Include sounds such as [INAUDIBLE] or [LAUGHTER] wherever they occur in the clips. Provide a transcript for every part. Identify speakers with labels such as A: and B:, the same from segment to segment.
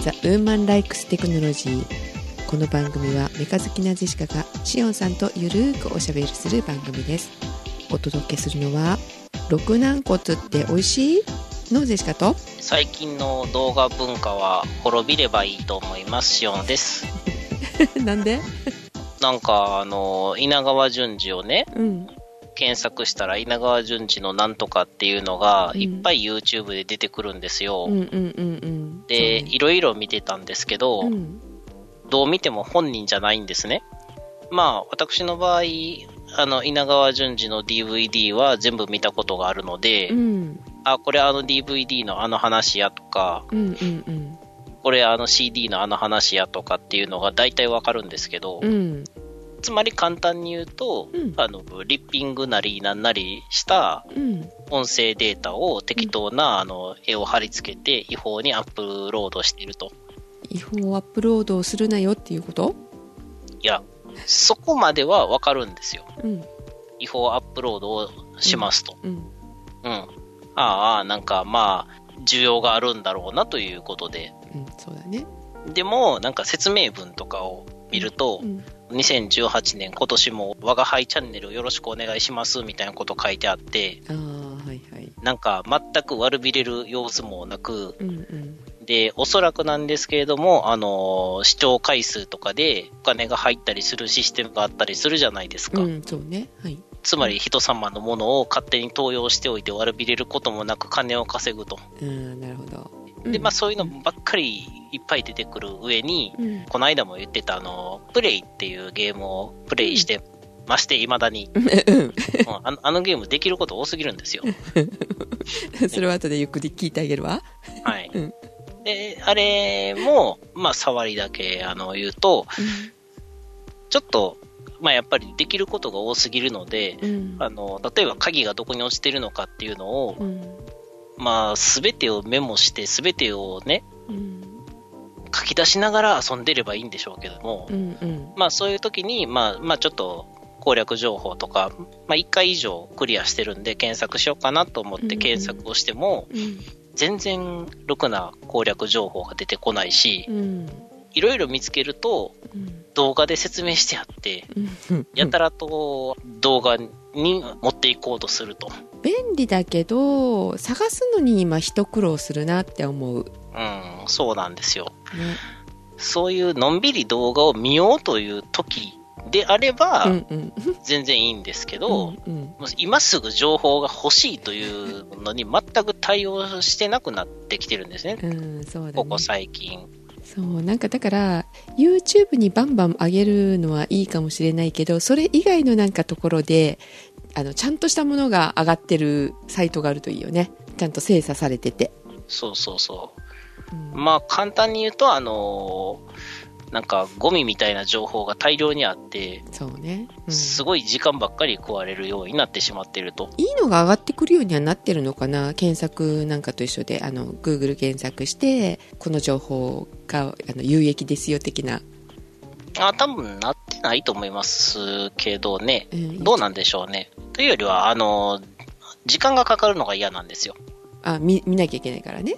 A: The Woman Likes Technology この番組はメカ好きなジェシカがシオンさんとゆるーくおしゃべりする番組ですお届けするのは六軟骨って美味しいのジェシカと [LAUGHS]
B: 最近の動画文化は滅びればいいと思いますシオンです
A: なんで
B: なんかあの稲川淳二をね
A: うん
B: 検索したら稲川淳二のなんとかっていうのが
A: うん
B: いっぱい YouTube で出てくるんですよ、
A: うんうんうんうん
B: で、
A: そうね
B: いろいろ見てたんですけど、
A: うん
B: どう見ても本人じゃないんですねまあ私の場合あの稲川淳二の DVD は全部見たことがあるので、
A: うん
B: あこれあの DVD のあの話やとか
A: うんうんうん
B: これあの CD のあの話やとかっていうのが大体わかるんですけど、
A: うん
B: つまり簡単に言うと、
A: うん
B: あのリッピングなりなんなりした
A: うん
B: 音声データを適当な、あの絵を貼り付けて違法にアップロードしていると
A: 違法アップロードをするなよっていうこと
B: いやそこまではわかるんですよ
A: うん
B: 違法アップロードをしますと、
A: うん
B: うんああなんかまあ需要があるんだろうなということで
A: うんそうだね
B: でもなんか説明文とかを見ると、
A: うん
B: 2018年今年も我が輩チャンネルよろしくお願いしますみたいなこと書いてあって
A: ああはいはい
B: なんか全く悪びれる様子もなく
A: うんうん
B: でおそらくなんですけれどもあの視聴回数とかでお金が入ったりするシステムがあったりするじゃないですか、
A: うんそうねはい
B: つまり人様のものを勝手に盗用しておいて悪びれることもなく金を稼ぐと
A: うんなるほど
B: でまあそういうの
A: も
B: ばっかりいっぱい出てくる上に
A: うん
B: この間も言ってたあのプレイっていうゲームをプレイしてまして未
A: [LAUGHS]
B: だにうんあのあのゲームできること多すぎるんですよ。
A: [LAUGHS] それは後でゆっくり聞いてあげるわ
B: はい
A: うん。
B: で、あれも、まあ、触りだけあの言うと、ちょっと、まあ、やっぱりできることが多すぎるので、
A: うん
B: あの例えば鍵がどこに落ちてるのかっていうのを、
A: うん
B: まあ、全てをメモして全てをね
A: うん
B: 書き出しながら遊んでればいいんでしょうけども、
A: うんうん
B: まあ、そういう時に、まあまあ、ちょっと攻略情報とか、まあ、1回以上クリアしてるんで検索しようかなと思って検索をしても、
A: うん
B: 全然ろくな攻略情報が出てこないし
A: う、ん
B: いろいろ見つけると動画で説明してあって、
A: うん
B: やたらと動画に持っていこうとすると。
A: 便利だけど探すのに今一苦労するなって思う
B: うん、そうなんですよ。
A: ね
B: そういうのんびり動画を見ようという時であれ
A: う
B: ば、
A: んうん
B: 全然いいんですけ
A: う
B: ど、
A: んうん
B: もう今すぐ情報が欲しいというのに全く対応してなくなってきてるんですね、
A: うんそうだ
B: こ
A: ね
B: こ最近。
A: そうなんかだから YouTube にバンバン上げるのはいいかもしれないけどそれ以外のなんかところであのちゃんとしたものが上がってるサイトがあるといいよねちゃんと精査されてて、
B: そうそうそう。
A: うん
B: まあ簡単に言うと、あのーなんかゴミみたいな情報が大量にあって、
A: そうね、うん
B: すごい時間ばっかり食われるようになってしまってると。
A: いいのが上がってくるようにはなってるのかな検索なんかと一緒であの Google 検索してこの情報があの有益ですよ的な、
B: あ多分なってないと思いますけどね。
A: うん
B: どうなんでしょうね。というよりは、あのー時間がかかるのが嫌なんですよ。
A: あ見見なきゃいけないからね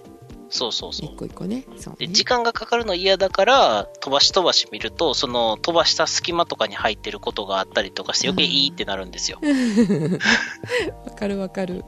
B: そうそうそ
A: 一
B: う。
A: 個一個ねそう
B: で
A: ね
B: 時間がかかるの嫌だから、飛ばし飛ばし見ると、その飛ばした隙間とかに入ってることがあったりとかして、余計いいってなるんですよ。
A: わかるわかる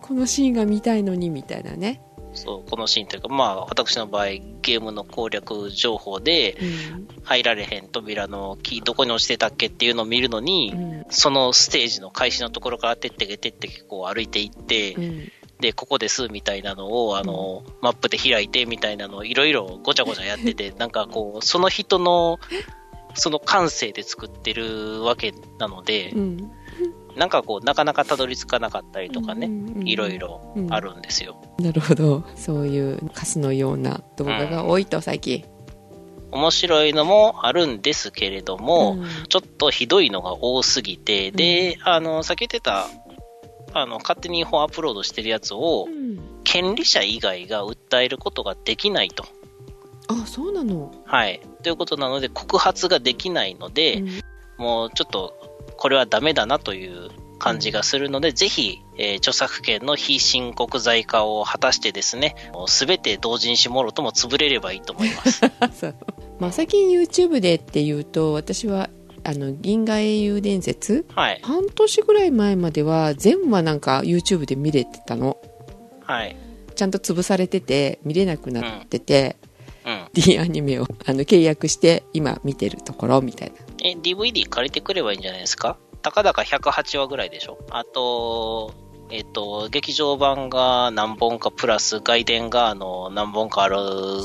A: このシーンが見たいのにみたいなね、
B: そう、このシーンというか、まあ、私の場合、ゲームの攻略情報で、
A: うん
B: 入られへん扉のキーどこに落ちてたっけっていうのを見るのに、
A: うん
B: そのステージの開始のところからてってけてってけこう歩いていって、
A: うん
B: でここですみたいなのをあの、マップで開いてみたいなのをいろいろごちゃごちゃやっ
A: [LAUGHS]
B: ててなんかこうその人のその感性で作ってるわけなので
A: う、ん
B: なんかこうなかなかたどり着かなかったりとか
A: う
B: ね、
A: んうんうん
B: いろいろあるんですよ。
A: なるほどそういうカスのような動画が多いと最近
B: 面白いのもあるんですけれど
A: う
B: も、
A: ん
B: ちょっとひどいのが多すぎて、で、あの、さっき言ってた、あの、勝手に違法アップロードしてるやつを
A: う、ん
B: 権利者以外が訴えることができないと。
A: あそうなの、
B: はい。ということなので、告発ができないので、
A: うん
B: もうちょっと、これはダメだなという感じがするので、ぜひ、えー著作権の非申告罪化を果たしてですね、すべて同人誌もろとも潰れればいいと思い
A: [LAUGHS]
B: ます。
A: そうまあ最近 YouTube でっていうと私はあの銀河英雄伝説
B: はい。
A: 半年ぐらい前までは全部はなんか YouTube で見れてたの
B: はい。
A: ちゃんと潰されてて見れなくなってて、
B: うん。
A: D アニメをあの契約して今見てるところみたいな
B: え、DVD 借りてくればいいんじゃないですかたかだか108話ぐらいでしょあと、えっ、と、劇場版が何本かプラス外伝があの何本かある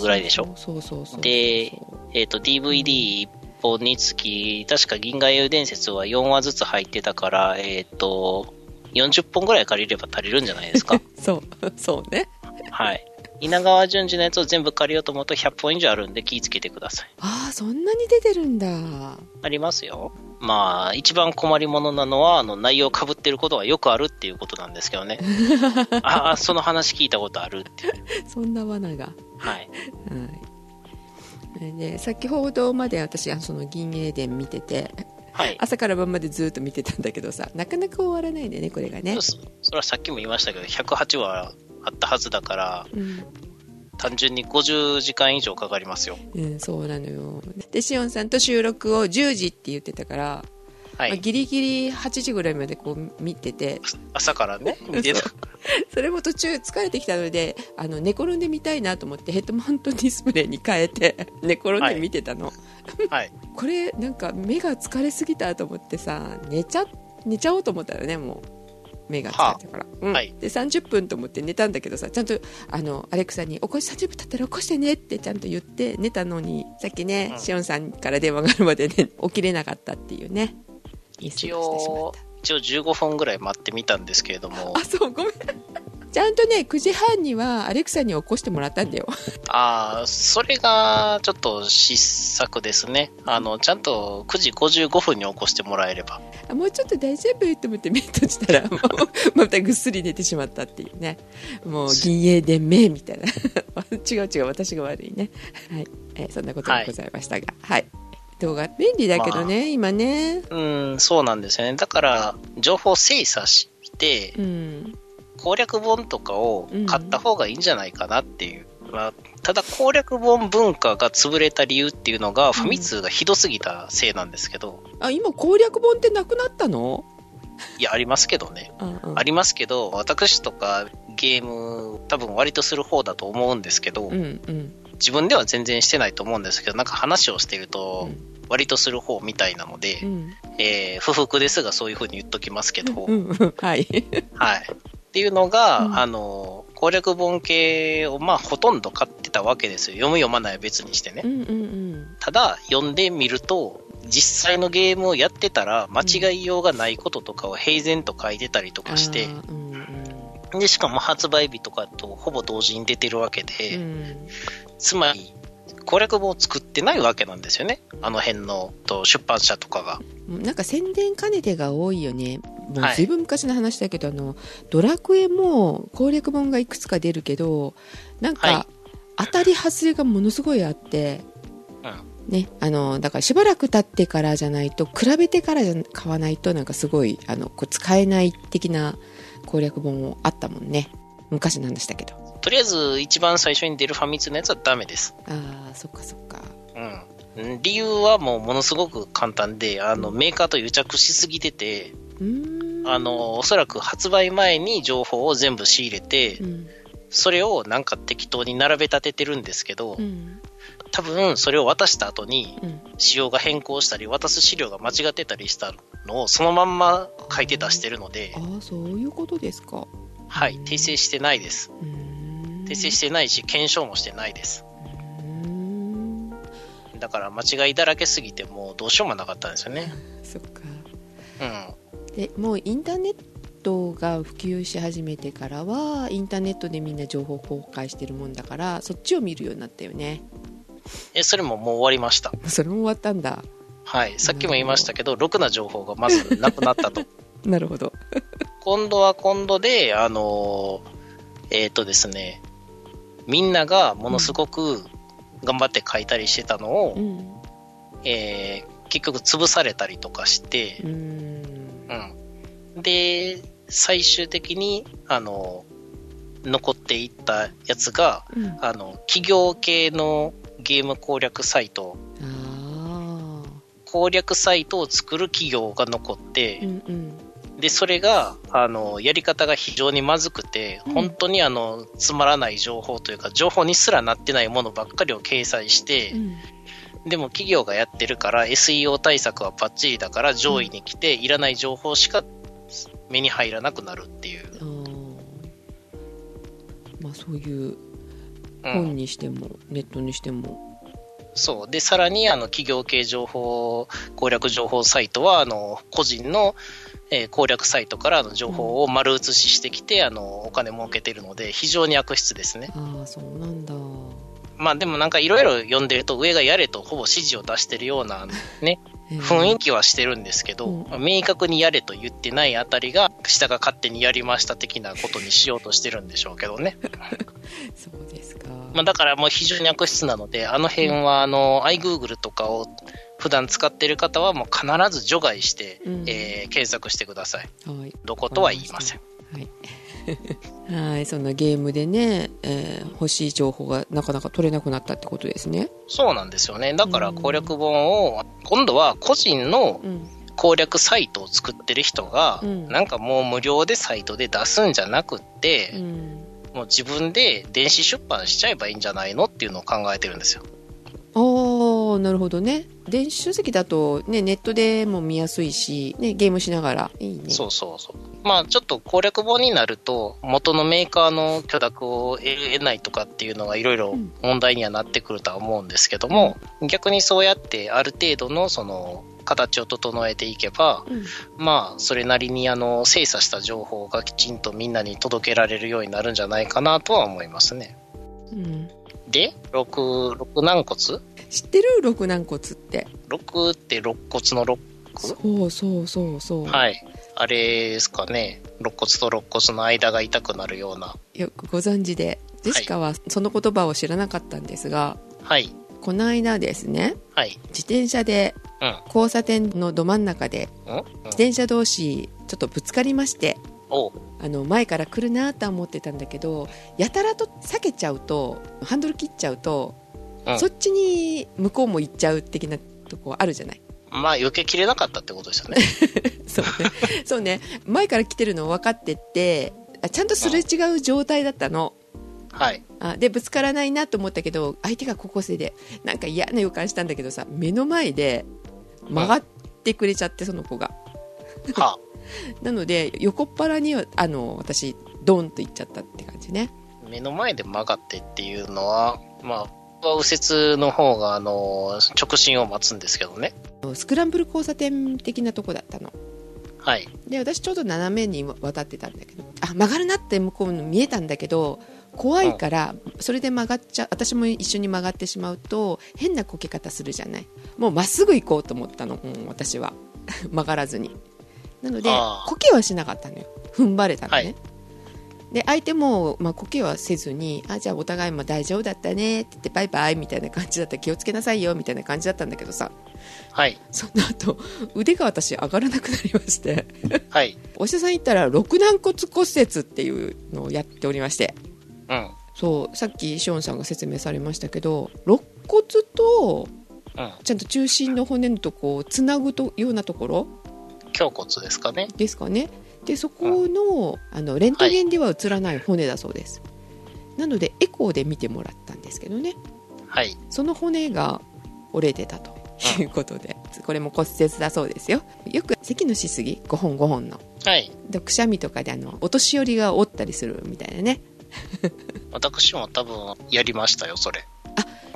B: ぐらいでしょ
A: そうそうそうそう
B: でえっ、と、DVD1 本につき、確か銀河英雄伝説は4話ずつ入ってたから、えっ、と、40本ぐらい借りれば足りるんじゃないですか
A: そう [LAUGHS] そうね
B: はい。稲川淳二のやつを全部借りようと思うと100本以上あるんで気ぃつけてください。
A: ああそんなに出てるんだ
B: ありますよ。まあ、一番困りものなのは、あの、内容被ってることがよくあるっていうことなんですけどね。ああ、その話聞いたことあるっていう。
A: そんな罠が
B: はい。
A: はいで先ほどまで私あその銀英伝見てて
B: はい。
A: 朝から晩までずっと見てたんだけどさなかなか終わらないんだよねこれがね、
B: そそれはさっきも言いましたけど、108話あったはずだから、
A: うん
B: 単純に50時間以上かかりますよ。
A: うん、そうなのよでしおんさんと収録を10時って言ってたから、
B: は
A: まあ
B: い。
A: ギリギリ8時ぐらいまでこう見て [LAUGHS] て
B: 朝からね、見てた
A: そ。それも途中疲れてきたのであの寝転んでみたいなと思ってヘッドマウントディスプレイに変えて寝転んで見てたの、
B: はい。
A: これなんか目が疲れすぎたと思ってさ寝ちゃ寝ちゃおうと思ったらねもう目が疲れたから、うん
B: はい
A: で30分と思って寝たんだけどさちゃんとあのアレクサに「起こし30分経ったら起こしてね」ってちゃんと言って寝たのにさっきね、
B: うん
A: しおんさんから電話があるまで、ね、 [LAUGHS] 起きれなかったっていうね
B: 一
A: ミスをしてしまっ
B: 応
A: た、
B: 一応15分ぐらい待ってみたんですけれども
A: あ、そうごめんちゃんとね9時半にはアレクサに起こしてもらったんだよ
B: ああ、それがちょっと失策ですね。あの、ちゃんと9時55分に起こしてもらえれば。
A: あもうちょっと大丈夫と思って目閉じ
B: [LAUGHS]
A: たらもうまたぐっすり寝てしまったっていうねもう銀英伝名みたいな [LAUGHS] 違う違う私が悪いね、はいえーそんなことがございましたがはい、動画便利だけどね、今ね
B: うん、そうなんですよね。だから、情報精査して
A: う、ん
B: 攻略本とかを買った方がいいんじゃないかなっていう。まあ、ただ、攻略本文化が潰れた理由っていうのが、ファミ通がひどすぎたせいなんですけど、
A: あ今攻略本ってなくなったの
B: いや、ありますけどね。
A: あ、うんうん
B: ありますけど、私とかゲーム、多分割とする方だと思うんですけど、
A: うんうん
B: 自分では全然してないと思うんですけど、なんか話をしてる
A: う
B: と
A: ん、
B: 割とする方みたいなので、
A: うん
B: えー不服ですがそういうふうに言っときますけど、
A: うんうん
B: [LAUGHS]
A: はい
B: はい。っていうのが、
A: うん
B: あの、攻略本系をまあほとんど買ってたわけですよ。読む読まないは別にしてね。
A: うんうんうん
B: ただ、読んでみると、実際のゲームをやってたら、間違いようがないこととかを平然と書いてたりとかして
A: あ、ーうん
B: で、しかも発売日とかとほぼ同時に出てるわけで、
A: うんうん
B: つまり、攻略本を作ってないわけなんですよね。あの辺のと出版社とかが。
A: なんか宣伝兼ねてが多いよね。もう
B: はい
A: 随分昔の話だけど、あの、ドラクエも攻略本がいくつか出るけど、なんか、
B: はい
A: 当たり外れがものすごいあって、ね、あの、だからしばらく経ってからじゃないと、比べてからじゃ買わないと、なんかすごい、あの、こう使えない的な攻略本もあったもんね。昔なんでしたけど。
B: とりあえず、一番最初に出るファミ通のやつはダメです。
A: ああ、そっかそっか。
B: うん、理由はもうものすごく簡単であのメーカーと癒着しすぎてて
A: うーん。
B: あ、のおそらく発売前に情報を全部仕入れて
A: うん。
B: それをなんか適当に並べ立ててるんですけど
A: うん。
B: 多分それを渡した後に
A: うん。
B: 仕様が変更したり渡す資料が間違ってたりしたのをそのまんま書いて出してるので
A: あ、あ、そういうことですか。
B: はい、訂正してないです
A: うーん。
B: 訂正してないし検証もしてないです
A: うーん
B: だから間違いだらけすぎてもうどうしようもなかったんですよね
A: そっか
B: うん
A: でもうインターネットが普及し始めてからはインターネットでみんな情報公開してるもんだからそっちを見るようになったよね
B: えそれももう終わりました
A: それも終わったんだ
B: はい、さっきも言いましたけど、ろくな情報がまずなくなっ
A: [LAUGHS]
B: たと。
A: なるほど
B: 今度は今度で、あのーえっ、とですね、みんながものすごく頑張って書いたりしてたのを、
A: うん
B: えー結局潰されたりとかして
A: う、ーん
B: うん。で、最終的に、あの、残っていったやつが、
A: うん、あ
B: あの、企業系のゲーム攻略サイト、
A: あ
B: 攻略サイトを作る企業が残って、
A: ー、うんうん、
B: でそれがあのやり方が非常にまずくて、
A: うん
B: 本当にあのつまらない情報というか情報にすらなってないものばっかりを掲載して
A: う、ん、
B: でも企業がやってるから SEO 対策はバッチリだから上位に来て、いらない情報しか目に入らなくなるっていう、
A: あーまあそういう
B: うん
A: 本にしても、ネットにしても、
B: そうでさらにあの企業系情報攻略情報サイトはあの個人の、えー攻略サイトからの情報を丸写ししてきて、あのお金儲けてるので非常に悪質ですね。
A: ああそうなんだ。
B: まあでもなんかいろいろ読んでると上がやれとほぼ指示を出してるようなね
A: えー
B: 雰囲気はしてるんですけど、
A: うん
B: まあ明確にやれと言ってないあたりが下が勝手にやりました的なことにしようとしてるんでしょうけどね、
A: そうですか。
B: まあ、だからもう非常に悪質なのであの辺はあの iGoogle とかを普段使ってる方はもう必ず除外して、
A: うん
B: えー検索してください
A: はい。
B: どことは言いません
A: はい。はい、そんなゲームでね、えー欲しい情報がなかなか取れなくなったってことですね。
B: そうなんですよねだから攻略本を今度は個人の
A: うん。
B: 攻略サイトを作ってる人が、
A: うん
B: なんかもう無料でサイトで出すんじゃなくっ
A: う
B: て、
A: ん。
B: もう自分で電子出版しちゃえばいいんじゃないのっていうのを考えてるんですよ。
A: ああ、なるほどね。電子書籍だと、ね、ネットでも見やすいし、ね、ゲームしながら。いいね。
B: そうそうそう。まあちょっと攻略本になると元のメーカーの許諾を得ないとかっていうのがいろいろ問題にはなってくるとは思うんですけども、逆にそうやってある程度のその形を整えていけば、
A: うん。
B: まあそれなりにあの精査した情報がきちんとみんなに届けられるようになるんじゃないかなとは思いますね。
A: うん。
B: で、6、六軟骨
A: 知ってる六軟骨って。
B: ?6 って肋骨の肋
A: そうそうそうそう。
B: はい。あれですかね。肋骨と肋骨の間が痛くなるような。
A: よくご存知で。ジェシカはその言葉を知らなかったんですが、
B: はい。
A: この間ですね、
B: はい。
A: 自転車で
B: うん。
A: 交差点のど真ん中で、
B: うん、うん
A: 自転車同士ちょっとぶつかりまして、
B: おう
A: あの前から来るなとは思ってたんだけどやたらと避けちゃうとハンドル切っちゃうと、
B: うん
A: そっちに向こうも行っちゃう的なとこあるじゃない
B: まあ避けきれなかったってことですよね。
A: [LAUGHS] そうねそうね前から来てるの分かっててあちゃんとすれ違う状態だったの。
B: はい。
A: あでぶつからないなと思ったけど相手が高校生でなんか嫌な予感したんだけどさ目の前で曲がってくれちゃってその子が
B: は
A: なので横っ腹にはあの私ドンと行っちゃったって感じね
B: あ、目の前で曲がってっていうのは、まあ、右折の方が、あの、直進を待つんですけどね。
A: スクランブル交差点的なとこだったの
B: はい。
A: で私ちょうど斜めに渡ってたんだけどあ曲がるなって向こうの見えたんだけど怖いからそれで曲がっちゃ私も一緒に曲がってしまうと変なこけ方するじゃないもうまっすぐ行こうと思ったの、うん、私は [LAUGHS] 曲がらずになので
B: あー
A: こけはしなかったのよ踏ん張れたのね、
B: はい
A: で相手も、まあ、こけはせずにあじゃあお互いも大丈夫だったねって言ってバイバイみたいな感じだった気をつけなさいよみたいな感じだったんだけどさ
B: はい。
A: その後腕が私上がらなくなりまして [LAUGHS]
B: はい。
A: お医者さん行ったら肋軟骨骨折っていうのをやっておりまして
B: うん。
A: そうさっきシオンさんが説明されましたけど肋骨と
B: うん。
A: ちゃんと中心の骨のとこをつなぐとようなところ
B: 胸骨ですかね。
A: ですかねでそこの,、あのレントゲンでは映らない骨だそうです、なのでエコーで見てもらったんですけどね
B: はい。
A: その骨が折れてたということでこれも骨折だそうですよよく咳のしすぎ5本5本の
B: はい。
A: でくしゃみとかであのお年寄りが折ったりするみたいなね
B: 私も多分やりましたよ、それ。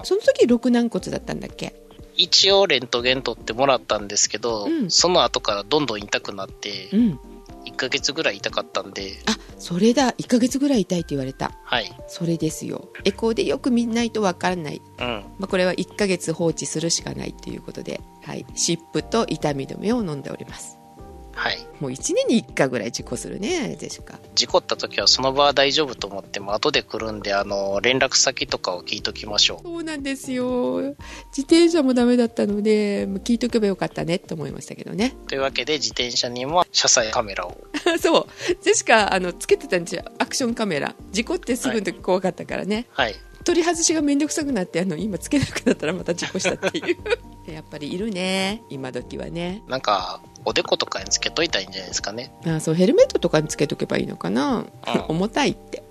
A: その時肋軟骨だったんだっけ
B: 一応レントゲン取ってもらったんですけど、
A: うん
B: その後からどんどん痛くなって
A: うん
B: 1ヶ月ぐらい痛かったんで
A: あそれだ1ヶ月ぐらい痛いって言われた
B: はい
A: それですよエコーでよく見ないとわからない、
B: うん
A: まあ、これは1ヶ月放置するしかないということで、はい、湿布と痛み止めを飲んでおります
B: はい。
A: もう1年に1回ぐらい事故するねジェシカ
B: 事故った時はその場は大丈夫と思っても、後で来るんで、あの、連絡先とかを聞いときましょう。
A: そうなんですよ自転車もダメだったのでもう聞いとけばよかったねって思いましたけどね
B: というわけで、自転車にも車載カメラを。
A: [LAUGHS] そうジェシカあのつけてたんですよアクションカメラ事故ってすぐの時怖かったからね、
B: はい。
A: 取り外しが面倒くさくなってあの今つけなくなったらまた事故したっていうやっぱりいるね今時はね
B: なんか、おでことかにつけといたらいいんじゃないですかね。
A: あそうヘルメットとかにつけとけばいいのかな、
B: うん
A: [LAUGHS] 重たいって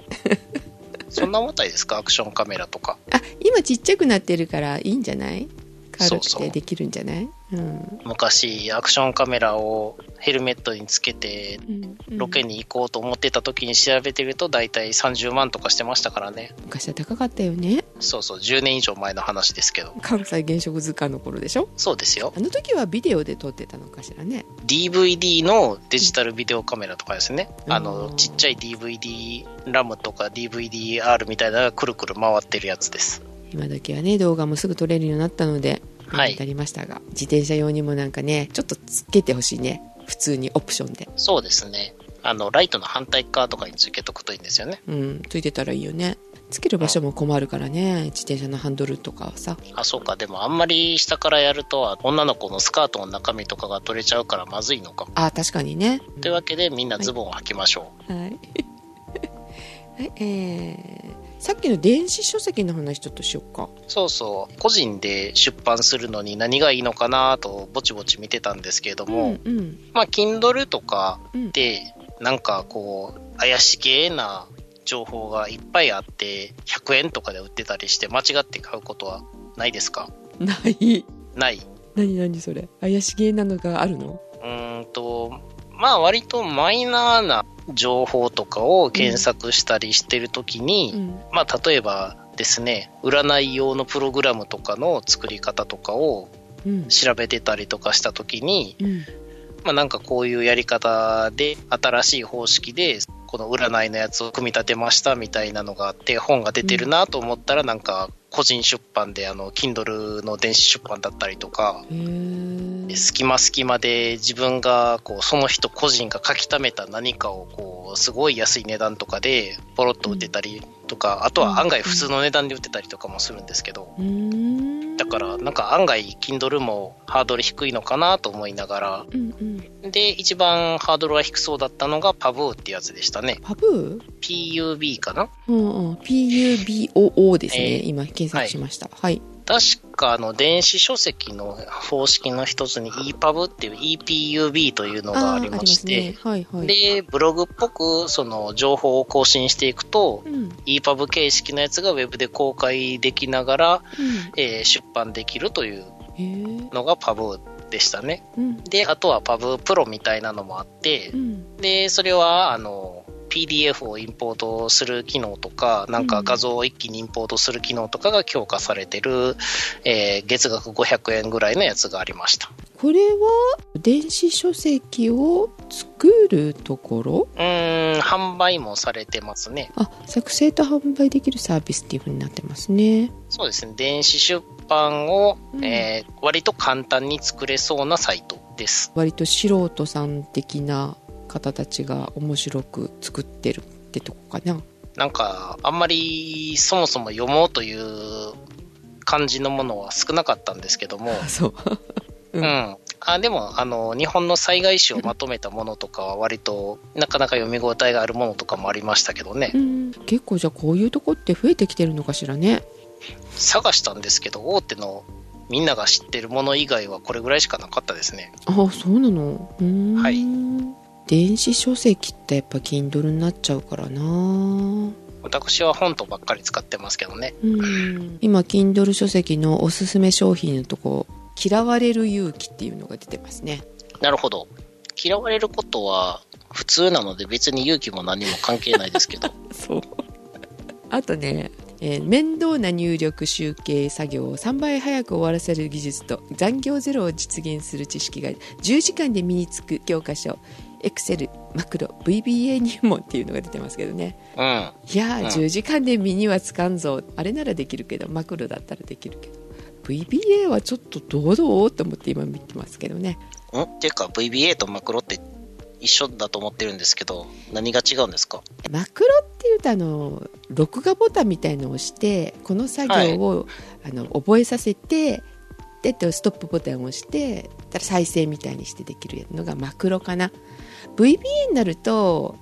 B: そんな重たいですかアクションカメラとか。
A: あ今ちっちゃくなってるからいいんじゃない軽く
B: そうそ
A: て
B: う
A: できるんじゃないうん
B: 昔、アクションカメラをヘルメットにつけて、
A: うんうん
B: ロケに行こうと思ってた時に調べてると、だいたい30万とかしてましたからね。
A: 昔は高かったよね
B: そうそう、10年以上前の話ですけど。
A: 関西原色図鑑の頃でしょ
B: そうですよ。
A: あの時はビデオで撮ってたのかしらね
B: DVD のデジタルビデオカメラとかですね。あ
A: う
B: の、
A: ん
B: ちっちゃい DVD ラムとか DVDR みたいなのがくるくる回ってるやつです。
A: 今時はね動画もすぐ撮れるようになったので
B: は
A: 便
B: い
A: 利になりましたが、自転車用にもなんかねちょっとつけてほしいね普通にオプションで
B: そうですね。あの、ライトの反対側とかにつけとくといいんですよね。
A: うん、ついてたらいいよねつける場所も困るからね自転車のハンドルとかはさ
B: あ、そうか。でもあんまり下からやると、女の子のスカートの中身とかが取れちゃうからまずいのか。
A: あ確かにね
B: というわけで、みんなズボンを履きましょう。
A: はい、 [LAUGHS] はい、えー、さっきの電子書籍の話ちょっとしよっか
B: そうそう。個人で出版するのに何がいいのかなと、ぼちぼち見てたんですけれども、
A: うんうん
B: まあ、Kindle とか
A: うん
B: で、なんかこう、怪しげな情報がいっぱいあって、100円とかで売ってたりして、間違って買うことはないですか
A: ない
B: ない。
A: 何何それ怪しげなのがあるの
B: うーんと、まあ、割とマイナーな情報とかを検索したりしてるときに、
A: うん
B: まあ、例えばですね、占い用のプログラムとかの作り方とかを
A: うん
B: 調べてたりとかしたときに、
A: うん
B: まあ、なんかこういうやり方で新しい方式でこの占いのやつを組み立てましたみたいなのがあって本が出てるなと思ったらなんか個人出版であの Kindle の電子出版だったりとか
A: へー
B: 隙間隙間で自分がこうその人個人が書き溜めた何かをこうすごい安い値段とかでポロッと売ってたりとかあとは案外普通の値段で売ってたりとかもするんですけど
A: うーん
B: だからなんか案外 Kindle もハードル低いのかなと思いながら
A: うんうん
B: で、一番ハードルが低そうだったのがパブーってやつでしたね。
A: パブ
B: PUB かな
A: ーうんうん PUBOO ですね、
B: えー
A: 今検索しましたはい、
B: 確かあの電子書籍の方式の一つに EPUB っていう EPUB というのがありまして、
A: ーありますねはいはい
B: で、ブログっぽくその情報を更新していくと、
A: うんうん
B: EPUB 形式のやつがウェブで公開できながら、えー出版できるという
A: へー
B: のがパブーでしたね。
A: うん
B: で、あとはパブープロみたいなのもあって
A: う、ん
B: で、それは、あの、PDF をインポートする機能とか、なん
A: う
B: か
A: ん
B: 画像を一気にインポートする機能とかが強化されてる、えー月額500円ぐらいのやつがありました。
A: これは電子書籍を作るところ
B: うーん、販売もされてますね。
A: あ作成と販売できるサービスっていうふうになってますね
B: そうですね。電子出版を、
A: うん
B: えー割と簡単に作れそうなサイトです。
A: 割と素人さん的な方たちが面白く作ってるってとこかな
B: なんか、あんまりそもそも読もうという感じのものは少なかったんですけども、
A: あそうう
B: うんん、あでもあの日本の災害史をまとめたものとかは割となかなか読み応えがあるものとかもありましたけどね
A: うん結構じゃあこういうとこって増えてきてるのかしらね
B: 探したんですけど大手のみんなが知ってるもの以外はこれぐらいしかなかったですね
A: あそうなのうーん
B: はい
A: 電子書籍ってやっぱ Kindle になっちゃうからな
B: 私は本とばっかり使ってますけどね
A: うん今 Kindle 書籍のおすすめ商品のとこ「嫌われる勇気」っていうのが出てますね
B: なるほど嫌われることは普通なので別に勇気も何も関係ないです [LAUGHS] けど
A: そうあとね、えー面倒な入力集計作業を3倍早く終わらせる技術と残業ゼロを実現する知識が10時間で身につく教科書 Excel マクロ VBA 入門っていうのが出てますけどね
B: うん
A: いやー、
B: うん
A: 10時間で身にはつかんぞあれならできるけどマクロだったらできるけど VBA はちょっとどうどうと思って今見てますけどね
B: んっていうか VBA とマクロって一緒だと思ってるんですけど、何が違うんですか
A: マクロっていうとあの録画ボタンみたいのを押してこの作業を、あの覚えさせてでとストップボタンを押してたら再生みたいにしてできるのがマクロかな VBA になると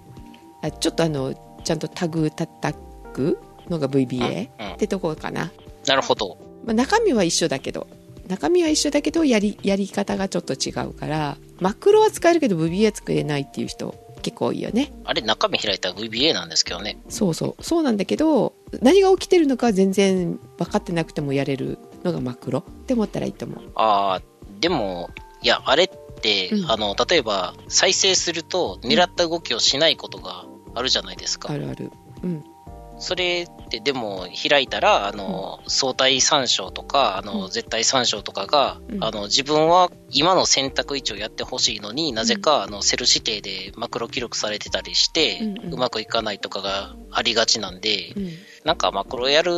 A: あちょっとあのちゃんとタグ叩くのが VBA
B: うん
A: ってとこかな、
B: なるほど。
A: まあ、中身は一緒だけど中身は一緒だけどやりやり方がちょっと違うからマクロは使えるけど VBA は使えないっていう人結構多いよね
B: あれ、中身開いたら VBA なんですけどね。
A: そうそうそうなんだけど何が起きてるのか全然分かってなくてもやれるのがマクロって思ったらいいと思う
B: ああ、でも、いや、あれって、
A: うん
B: あの、例えば、再生すると、狙った動きをしないことがあるじゃないですか
A: あ。るあるうん
B: それって、でも、開いたら、あの、相対参照とか、あ
A: う
B: の、
A: ん
B: 絶対参照とかが、
A: うん
B: あの、自分は今の選択位置をやってほしいのになぜか、あの、セル指定でマクロ記録されてたりして、
A: う
B: うん
A: うん
B: まくいかないとかがありがちなんで、
A: うん
B: なんかマクロやる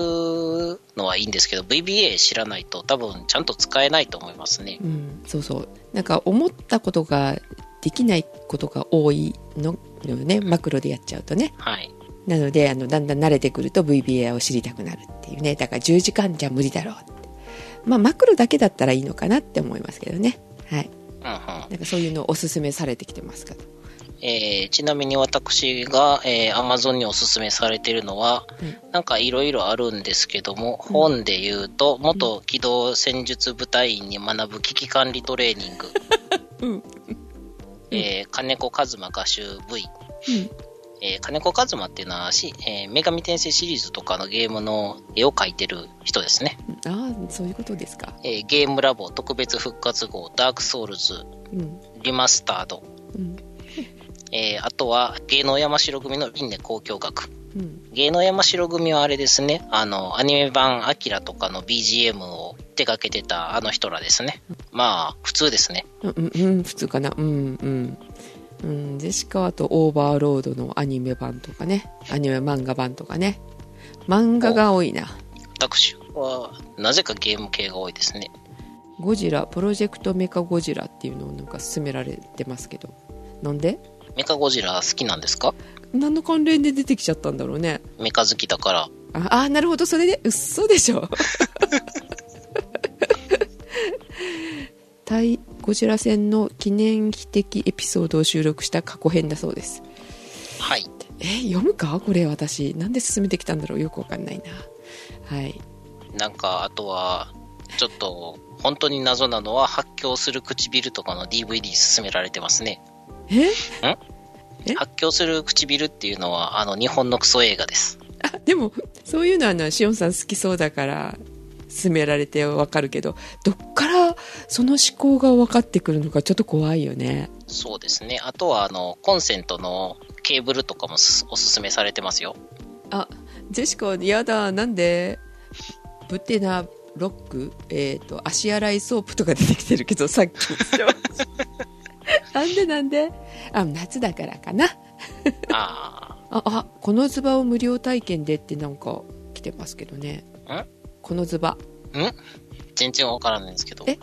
B: のはいいんですけど、VBA 知らないと多分ちゃんと使えないと思いますね。
A: うん、そうそうなんか思ったことができないことが多いのよねマクロでやっちゃうとね
B: はい。
A: なのであのだんだん慣れてくると VBA を知りたくなるっていうねだから10時間じゃ無理だろうってまあマクロだけだったらいいのかなって思いますけどねはい
B: うんうん
A: なんかそういうのをおすすめされてきてますから
B: えーちなみに私が、えー Amazon におすすめされてるのは、
A: う
B: なんかいろいろあるんですけども、本で言うと、元機動戦術部隊員に学ぶ危機管理トレーニング、
A: うんうん
B: えー金子一馬歌手 V、えー金子一馬っていうのはし、えー女神転生シリーズとかのゲームの絵を描いてる人ですね。
A: ああそういうことですか
B: えーゲームラボ特別復活号ダークソウルズ
A: うん
B: リマスタード、
A: うん
B: えーあとは芸能山城組の輪廻交響楽
A: うん
B: 芸能山城組はあれですねあのアニメ版「アキラとかの BGM を手掛けてたあの人らですねまあ普通ですね
A: うんうんうん普通かなうんうんうん、ジェシカはあとオーバーロードのアニメ版とかねアニメ漫画版とかね漫画が多いな
B: 私はなぜかゲーム系が多いですね
A: ゴジラプロジェクトメカゴジラっていうのをなんか勧められてますけどなんで
B: メカゴジラ好きなんですか
A: 何の関連で出てきちゃったんだろうね
B: メカ好きだから
A: ああーなるほどそれで嘘でしょ対ゴジラ戦の記念碑的エピソードを収録した過去編だそうです
B: はい
A: え読むかこれ私なんで進めてきたんだろうよくわかんないなはい
B: なんかあとはちょっと本当に謎なのは発狂する唇とかの DVD 勧められてますね
A: ええ
B: 発狂する唇っていうのはあの日本のクソ映画です
A: あでもそういうのはあのしおんさん好きそうだから勧められてわかるけどどっからその思考が分かってくるのかちょっと怖いよね
B: そうですねあとはあのコンセントのケーブルとかもすおすすめされてますよ
A: あジェシカやだなんでブテナロックえっ、と足洗いソープとか出てきてるけどさっきなんでなんであ夏だからかな
B: あ
A: ああこのズバを無料体験でってなんか来てますけどね
B: ん
A: このズバ
B: あ全然わからないんですけど
A: え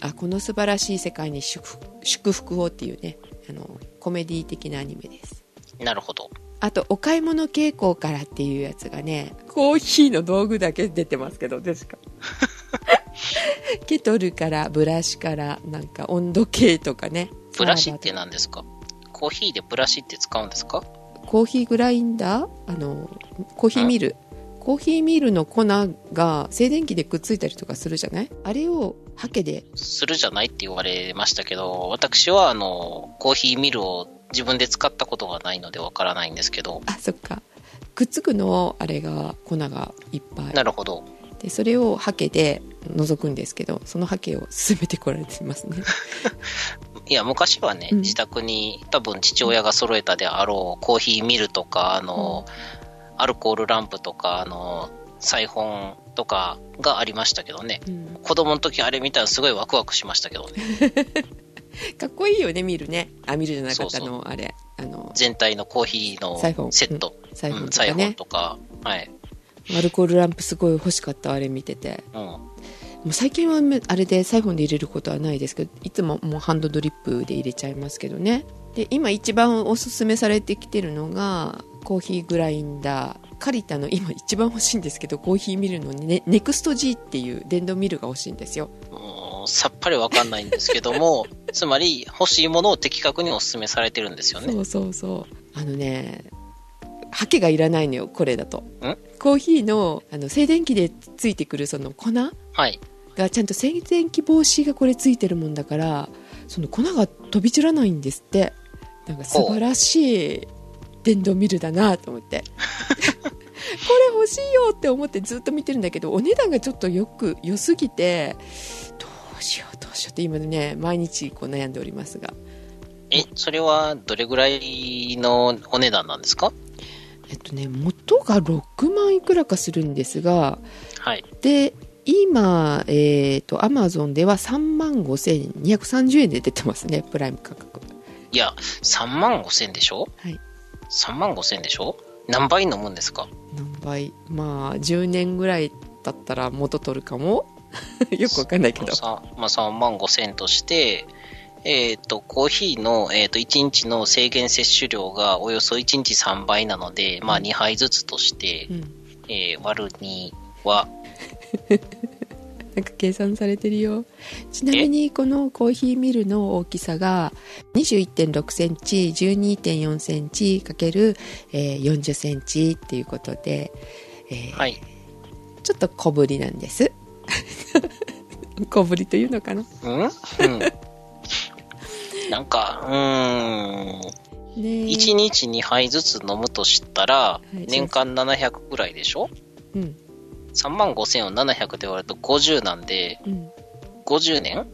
A: あこの素晴らしい世界に祝福祝福をっていうねあのコメディ的なアニメです
B: なるほど
A: あと「お買い物傾向から」っていうやつがねコーヒーの道具だけ出てますけど確か [LAUGHS] ケトルからブラシからなんか温度計とかね
B: ブラシって
A: サーバー
B: 何ですかコーヒーでブラシって使うんですか
A: とかコーヒーグラインダーあのコーヒーミルコーヒーミルの粉が静電気でくっついたりとかするじゃないあれをハケです
B: るじゃないって言われましたけど私はあのコーヒーミルを自分で使ったことがないのでわからないんですけど
A: あそっかくっつくのをあれが粉がいっぱい
B: なるほど
A: でそれをハケで覗くんですけどそのハケを進めてこられてますね
B: いや、昔はね、
A: うん
B: 自宅に多分父親が揃えたであろうコーヒーミルとか、あの、アルコールランプとか、あの、サイフォンとかがありましたけどね。
A: うん
B: 子供の時あれ見たらすごいワクワクしましたけどね。
A: かっこいいよね見るねあ見るじゃなかったの
B: そう
A: あれあの
B: 全体のコーヒーの
A: サイフォン
B: セット。
A: サイフォ
B: う
A: ン
B: ん
A: と
B: サイ
A: か
B: フォン
A: ね、
B: とか。はい。
A: アルコールランプすごい欲しかったあれ見てて
B: うん。
A: もう最近はめあれでサイフォンで入れることはないですけどいつももうハンドドリップで入れちゃいますけどねで今一番おすすめされてきてるのがコーヒーグラインダーカリタの今一番欲しいんですけどコーヒーミルのネネクスト G っていう電動ミルが欲しいんですよ
B: もうさっぱりわかんないんですけど
A: [LAUGHS]
B: も、つまり欲しいものを的確にお勧めされてるんですよね。
A: そうそうそうあのねハケがいらないのよこれだとコーヒーのあの静電気でついてくるその粉
B: はい。
A: がちゃんと静電気防止がこれついてるもんだからその粉が飛び散らないんですってなんか素晴らしい電動ミルだなと思ってこれ欲しいよって思ってずっと見てるんだけどお値段がちょっとよく良すぎてどうしようどうしようって今ね毎日こう悩んでおりますが
B: え、それはどれぐらいのお値段なんですか
A: えっとね元が6万いくらかするんですが
B: はい。
A: で今、えっとアマゾンでは3万5230円で出てますねプライム価格
B: いや、3万5千でしょ
A: はい。
B: 3万5千でしょ何倍飲むんですか
A: 何倍まあ10年ぐらい経ったら元取るかも [LAUGHS] よくわかんないけど
B: さまあ、3万5千として、えっ、と、コーヒーの、えっ、と、1日の制限摂取量がおよそ1日3倍なので、まあ、
A: うん
B: 2杯ずつとして
A: う、ん
B: えー割る2は、
A: なんか計算されてるよちなみにこのコーヒーミルの大きさが21.6センチ12.4センチかける40センチっていうことで、えー
B: はい。
A: ちょっと小ぶりなんです [LAUGHS] 小ぶりというのかな
B: うん [LAUGHS] うん。なんか、うーん。
A: ねえ
B: 1日2杯ずつ飲むとしたら
A: い
B: 年間700ぐらいでしょ
A: うん
B: 3万5000を700で割ると50なんで
A: うん
B: 50年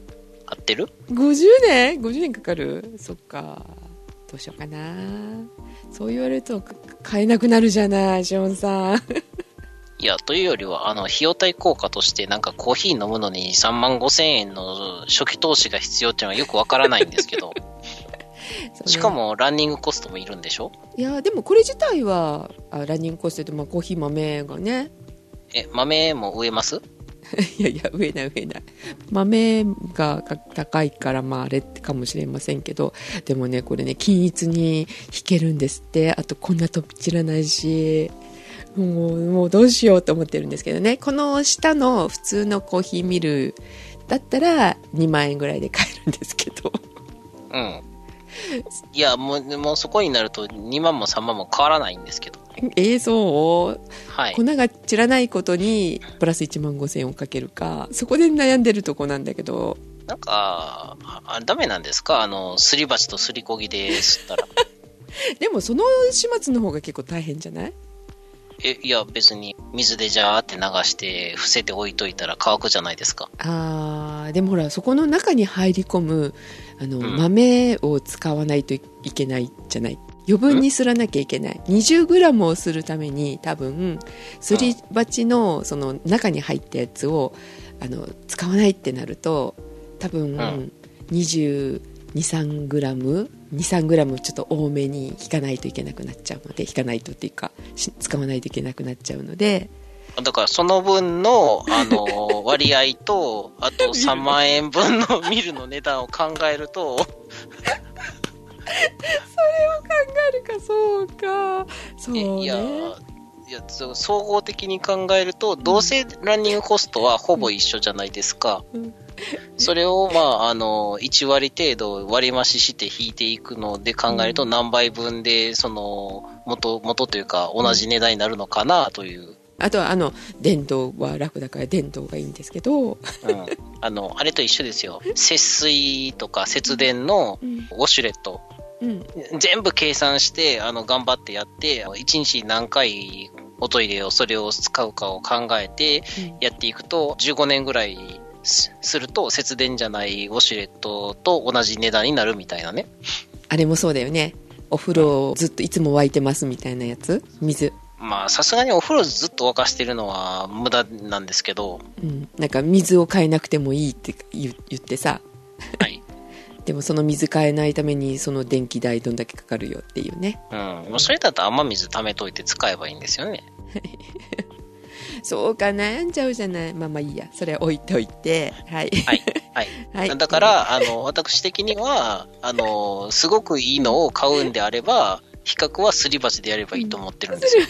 B: 合ってる
A: 50年 ?50 年かかるそっか。どうしようかな。そう言われると、か買えなくなるじゃない、シオンさん。
B: いやというよりはあの費用対効果としてなんかコーヒー飲むのに3万5000円の初期投資が必要っていうのはよくわからないんです [LAUGHS] けどしか。もランニングコストもいるんでしょ
A: いや、でもこれ自体は、あランニングコースでまあ、コーヒー豆がね。
B: え豆も植えます
A: [LAUGHS] いやいや、植えない植えない。豆がか高いから、まあ、あれかもしれませんけど、でもね、これね、均一に弾けるんですって。あと、こんな飛び散らないし。もう、もうどうしようと思ってるんですけどね。この下の普通のコーヒーミルだったら2万円ぐらいで買えるんですけど。 [LAUGHS]
B: うんいやもうもうそこになると2万も3万も変わらないんですけど
A: ええそう
B: はい
A: 粉が散らないことに、プラス1万5千円をかけるか。そこで悩んでるとこなんだけど。
B: なんか、ああダメなんですかあの、すり鉢とすりこぎで吸ったら。 [LAUGHS]
A: でも、その始末の方が結構大変じゃない
B: え、いや、別に、水でジャーって流して、伏せて置いといたら乾くじゃないですか。
A: あーでもほらそこの中に入り込むあの、
B: うん
A: 豆を使わないといけないじゃない余分にすらなきゃいけない 20g をするために多分すり鉢のその中に入ったやつをあの使わないってなると多分、
B: ん
A: 2 3 g 2 3グラムちょっと多めに引かないといけなくなっちゃうので引かないとっていうかし使わないといけなくなっちゃうので
B: だから、その分の、あの、割合と、あと3万円分の [LAUGHS] ミルの値段を考えると、
A: あるかそうかそう
B: え
A: ね
B: いや、いや、そう総合的に考えると、どうせランニングコストはほぼ一緒じゃないですか
A: うん。
B: [LAUGHS] それを、まあ、あの、1割程度割り増しして引いていくので考えると、何倍分で、その、元、元というか、同じ値段になるのかな、という。
A: あとはあの電動は楽だから電動がいいんですけど、
B: うん。あの、あれと一緒ですよ。節水とか節電の
A: うん
B: ウォシュレット。全部計算して、あの、頑張ってやって、1日に何回おトイレを、それを使うかを考えて、やっていくと、15年ぐらいすすると、節電じゃないウォシュレットと同じ値段になるみたいなね。
A: あれもそうだよねお風呂ずっといつも沸いてますみたいなやつ水、
B: まあ、さすがにお風呂ずっと沸かしてるのは無駄なんですけど、
A: うん、なんか水を変えなくてもいいって言う言ってさ
B: はい。
A: でもその水変えないためにその電気代どんだけかかるよっていうね
B: うん。もうそれだと雨水溜めといて使えばいいんですよね。
A: そうか悩んじゃうじゃないまあまあいいやそれは置いといてはい、
B: はいはい。
A: は
B: だから、あの、私的には、あの、すごくいいのを買うんであれば、比較はすり鉢でやればいいと思ってるんです [LAUGHS] よ。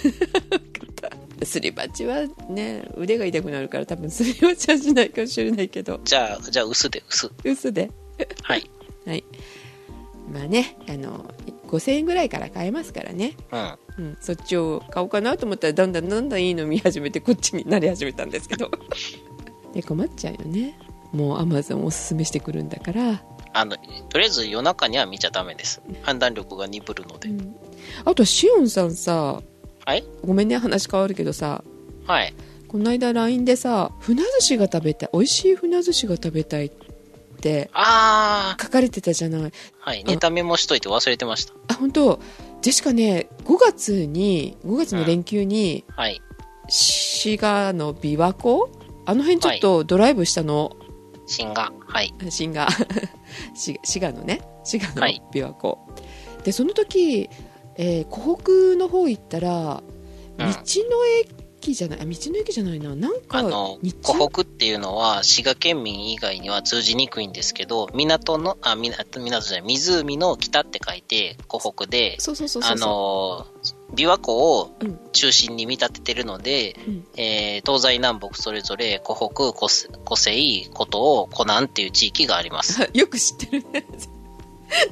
A: すり鉢はね腕が痛くなるから多分すり鉢はしないかもしれないけど
B: じゃあ、じゃあ、薄で、薄。
A: 薄で
B: はい。
A: はいまあねあの5000円ぐらいから買えますからね、
B: うん。
A: うん、そっちを買おうかなと思ったらだんだんだんだんいいの見始めてこっちになり始めたんですけどで困っちゃうよねもうアマゾンおすすめしてくるんだから、
B: あの、とりあえず夜中には見ちゃダメです。判断力が鈍るので。
A: あとシオンさんさ
B: はい
A: ごめんね話変わるけどさ
B: はい。
A: この間 LINE でさ船寿司が食べたい美味しい船寿司が食べたいって
B: あ
A: 書かれてたじゃない
B: ー、はい。ネタメモしといて忘れてました。
A: あ本当ジェシカね5月に5月の連休に
B: はい。
A: 滋賀の琵琶湖あの辺ちょっとドライブしたの、
B: シンガ。はい。
A: シンガ [LAUGHS] 滋賀のね滋賀の
B: はい
A: 琵琶湖、でその時、えー湖北の方行ったら
B: う
A: 道
B: ん
A: の駅じゃない、あ道の駅じゃないななんか
B: あの
A: 日、曜
B: 湖北っていうのは滋賀県民以外には通じにくいんですけど、港の、あ、港、港じゃない、湖の北って書いて、湖北で、
A: そうそうそうそ
B: あ
A: うそう
B: のー、琵琶湖を
A: うん
B: 中心に見立ててるので、
A: うん [LAUGHS]
B: えー東西南北それぞれ湖北、湖西湖西、湖東、湖南っていう地域があります。
A: あよく知ってるね
B: [LAUGHS]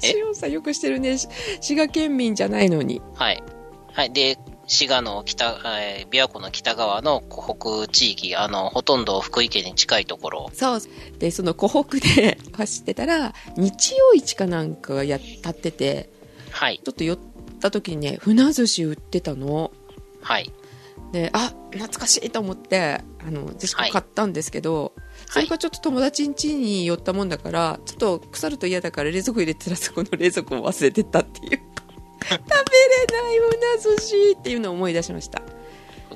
B: え
A: しおんさんよく知ってるねし滋賀県民じゃないのに
B: はい。はい。で、滋賀の北、えー琵琶湖の北側の湖北地域、あの、ほとんど福井県に近いところ。
A: そうでその湖北で [LAUGHS] 走ってたら日曜市かなんかがや立ってて
B: はい。
A: ちょっと寄った時にね船寿司売ってたの
B: はい。
A: であ懐かしいと思ってあのジェシカ
B: はい
A: 買ったんですけど、それがちょっと友達ん家に寄ったもんだからちょっと腐ると嫌だから冷蔵庫入れてたらそこの冷蔵庫を忘れてったっていう食 [LAUGHS] べれない船寿司っていうのを思い出しました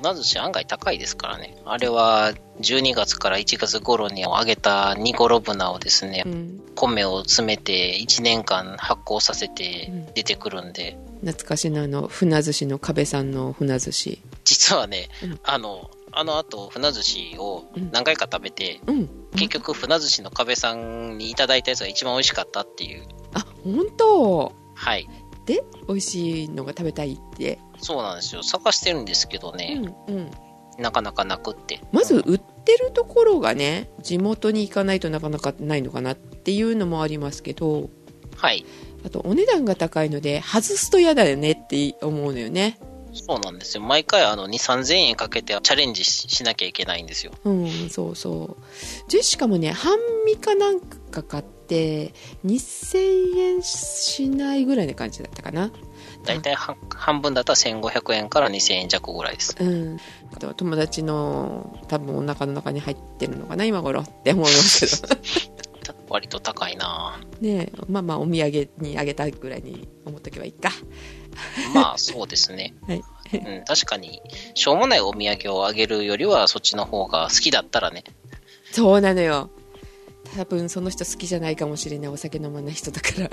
B: なずし案外高いですからね。あれは12月から1月頃に揚げたニコロブナをですね
A: う、ん
B: 米を詰めて1年間発酵させて
A: うん
B: 出てくるんで、
A: 懐かしのあの船寿司の壁さんの船寿司
B: 実はね
A: うん、
B: あの、あの後、船寿司を
A: うん
B: 何回か食べて、
A: うん
B: 結局、船寿司の壁さんにいただいたやつが一番美味しかったっていう。
A: あ本当
B: はい。
A: で美味しいのが食べたいって、
B: そうなんですよ。探してるんですけどね、
A: うんうん、
B: なかなかなくって。
A: まず売ってるところがね地元に行かないとなかなかないのかなっていうのもありますけど
B: はい。
A: あとお値段が高いので外すと嫌だよねって思うのよね、
B: そうなんですよ。毎回、あの、2、3000円かけてチャレンジししなきゃいけないんですよ。
A: うん、そうそうジェシカもね半身かなんか買って2000円しないぐらいな感じだったかな
B: 大体半半分だったら1500円から2000円弱ぐらいです。
A: うん、あとは友達の多分お腹の中に入ってるのかな今頃って思いますけど
B: 割と高いなぁ
A: ねえまあまあお土産にあげたぐらいに思っとけばいいか
B: ま
A: [LAUGHS]
B: あそうですね。
A: はい
B: うん、確かに、しょうもないお土産をあげるよりは、そっちの方が好きだったらね。
A: そうなのよ多分その人好きじゃないかもしれないお酒飲まない人だから、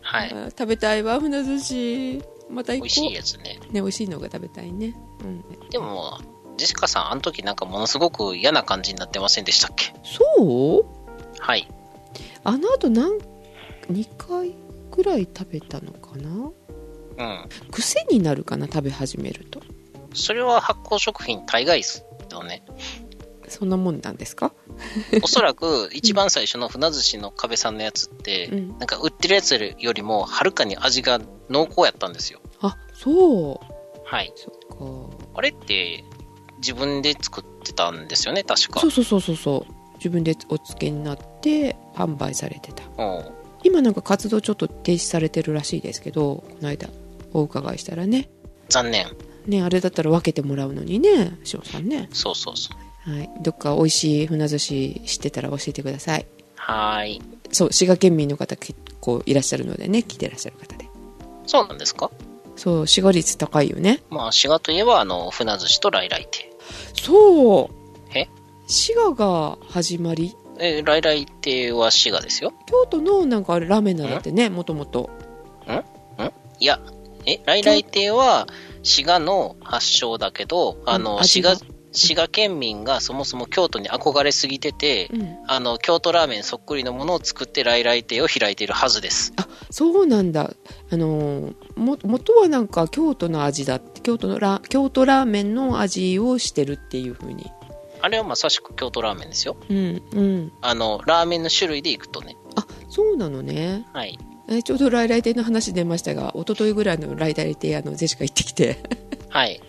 B: はい。
A: あー [LAUGHS] 食べたいわ船寿司また
B: 美
A: 行こ
B: 味
A: う
B: しいやつね。
A: ね、美味しいのが食べたいね、うん、
B: でも、ジェシカさん、あの時なんかものすごく嫌な感じになってませんでしたっけ
A: そう
B: はい。
A: あのあと2回ぐらい食べたのかな
B: うん。
A: 癖になるかな食べ始めると
B: それは発酵食品大概ですよね。
A: そんなもんなんですか
B: おそらく、一番最初の船寿司の壁さんのやつって、
A: うん
B: なんか売ってるやつよりも、はるかに味が濃厚やったんですよ。
A: あそう
B: はい。
A: そっか
B: あれって自分で作ってたんですよね、確か
A: そ。うそうそうそうそう自分でお付けになって販売されてた
B: うん
A: 今なんか活動ちょっと停止されてるらしいですけどこの間お伺いしたらね
B: 残念。
A: ねあれだったら分けてもらうのにねしおさんね、
B: そうそうそう。
A: はい、どっか美味しい船寿司知ってたら教えてください
B: はーい。
A: そう滋賀県民の方結構いらっしゃるのでね来てらっしゃる方で
B: そうなんですか
A: そう滋賀率高いよね
B: まあ、滋賀といえば、あの、船寿司とライライ亭。
A: そう
B: え
A: 滋賀が始まり
B: え、ライライ亭は滋賀ですよ。
A: 京都のなんかあれラーメンなんだってねもともと
B: いや、え、ライライ亭は滋賀の発祥だけど、あの、
A: 味
B: 滋
A: が
B: 賀、滋賀県民がそもそも京都に憧れすぎてて、
A: うん、
B: あの京都ラーメンそっくりのものを作って来来亭を開いているはずです
A: あそうなんだあのーも元はなんか京都の味だって京都のラ京都ラーメンの味をしてるっていうふうに
B: あれはまさしく京都ラーメンですよ
A: うんうん
B: あのラーメンの種類でいくとね
A: あそうなのね
B: はい
A: えちょうど来来亭の話出ましたが一昨日ぐらいの来来亭あのジェシカ行ってきて [LAUGHS]
B: はい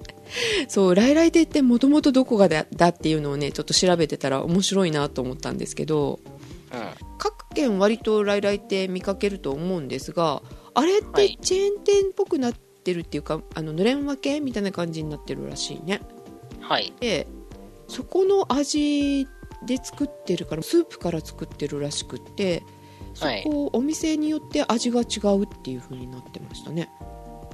A: そう来来亭ってもともとどこがだだっていうのをねちょっと調べてたら面白いなと思ったんですけど
B: うん
A: 各県割と来来亭見かけると思うんですがあれっ
B: は
A: て
B: い
A: チェーン店っぽくなってるっていうか、あののれん分けみたいな感じになってるらしいね
B: はい
A: でそこの味で作ってるからスープから作ってるらしくってそ
B: はい
A: こお店によって味が違うっていう風になってましたね、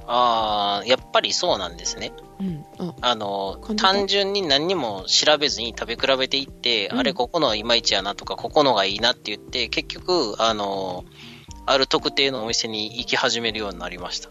B: あーやっぱりそうなんですね
A: うんあ
B: あの
A: こんな感じ
B: 単純に何にも調べずに食べ比べていって、
A: うん
B: あれここのはいまいちやなとかここのがいいなって言って結局あのある特定のお店に行き始めるようになりました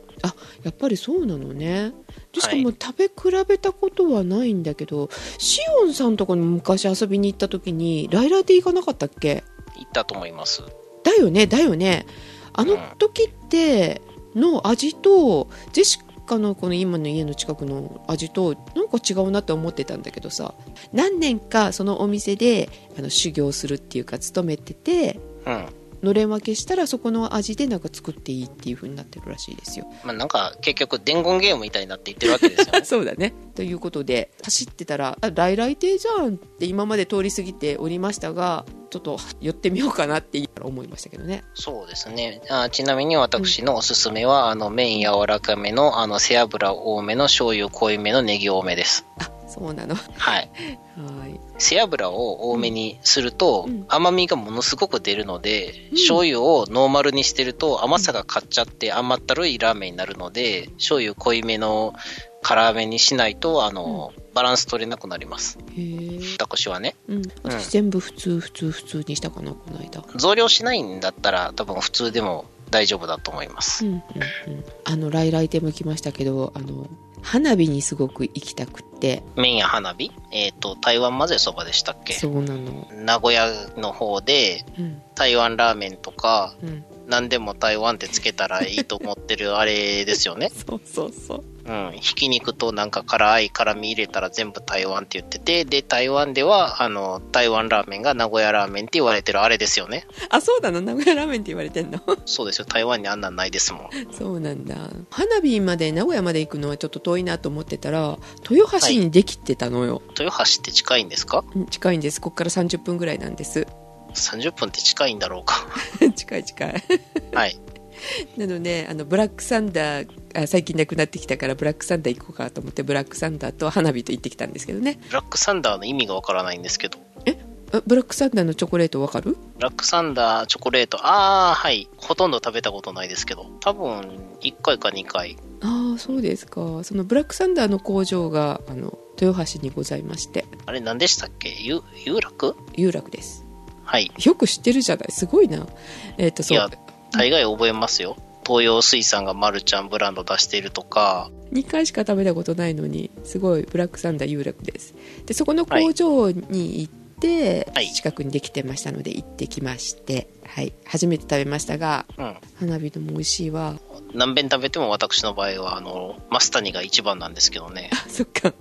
A: やっぱりそうなのねでしか
B: は
A: も食べ比べたことはないんだけど、シオンさんとこに昔遊びに行った時にライライで行かなかったっけ
B: 行ったと思います
A: だよねだよねあの時っての味とジェシカのこの今の家の近くの味となんか違うなって思ってたんだけどさ何年かそのお店であの修行するっていうか勤めてて
B: うん
A: のれん分けしたらそこの味でなんか作っていいっていう風になってるらしいですよ。
B: まあ、なんか結局伝言ゲームみたいになっていってるわけですよ
A: [LAUGHS]
B: ね
A: そうだねということで走ってたら「あ来来亭じゃん」って今まで通り過ぎておりましたがちょっと寄ってみようかなって思いましたけどね。
B: そうですねあちなみに私のおすすめは、あの麺柔らかめのあの背脂多めの醤油濃いめのネギ多めです
A: あそうなの。は
B: はい
A: い
B: 背脂を多めにすると、
A: うん
B: 甘みがものすごく出るので、
A: うん
B: 醤油をノーマルにしてると甘さが勝っちゃって甘ったるいラーメンになるので醤油濃いめの辛めにしないとあの、バランス取れなくなります
A: へえ
B: 私はね
A: うん、私全部普通普通普通にしたかなこの間
B: 増量しないんだったら多分普通でも大丈夫だと思います、
A: うんうんうんあの来来店も来ましたけどあの花火にすごく行きたくって
B: 麺や花火えっ、と台湾混ぜそばでしたっけ
A: そうなの
B: 名古屋の方で
A: うん
B: 台湾ラーメンとか
A: うん
B: 何でも台湾ってつけたらいいと思ってるあれですよね
A: そうそうそう
B: うん、ひき肉となんか辛い辛み入れたら全部台湾って言っててで台湾ではあの台湾ラーメンが名古屋ラーメンって言われてるあれですよね
A: あそうなの名古屋ラーメンって言われてんの
B: そうですよ台湾にあんなんないですもん
A: [LAUGHS] そうなんだ花火まで名古屋まで行くのはちょっと遠いなと思ってたら豊橋にできてたのよ、
B: 豊橋って近いんですか
A: うん近いんですここから30分ぐらいなんです [LAUGHS]
B: 30分って近いんだろうか
A: 近い近い
B: はい
A: なのであのブラックサンダーあ最近なくなってきたからブラックサンダー行こうかと思ってブラックサンダーと花火と行ってきたんですけどね
B: ブラックサンダーの意味がわからないんですけど
A: あブラックサンダーのチョコレートわかる
B: ブラックサンダーチョコレートああはいほとんど食べたことないですけど多分1回か2回
A: ああそうですかそのブラックサンダーの工場があの豊橋にございまして
B: あれ何でしたっけゆ有楽
A: 有楽です
B: はい
A: よく知ってるじゃないすごいなえっ、とそ
B: いうや大概覚えますよ東洋水産がマルちゃんブランド出しているとか
A: 2回しか食べたことないのにすごいブラックサンダー有楽ですでそこの工場に行って、
B: はい
A: 近くにできてましたので行ってきましてはい初めて食べましたが
B: うん
A: 花火のも美味しいわ
B: 何遍食べても私の場合はあのマスタニが一番なんですけどね
A: あ [LAUGHS] そっか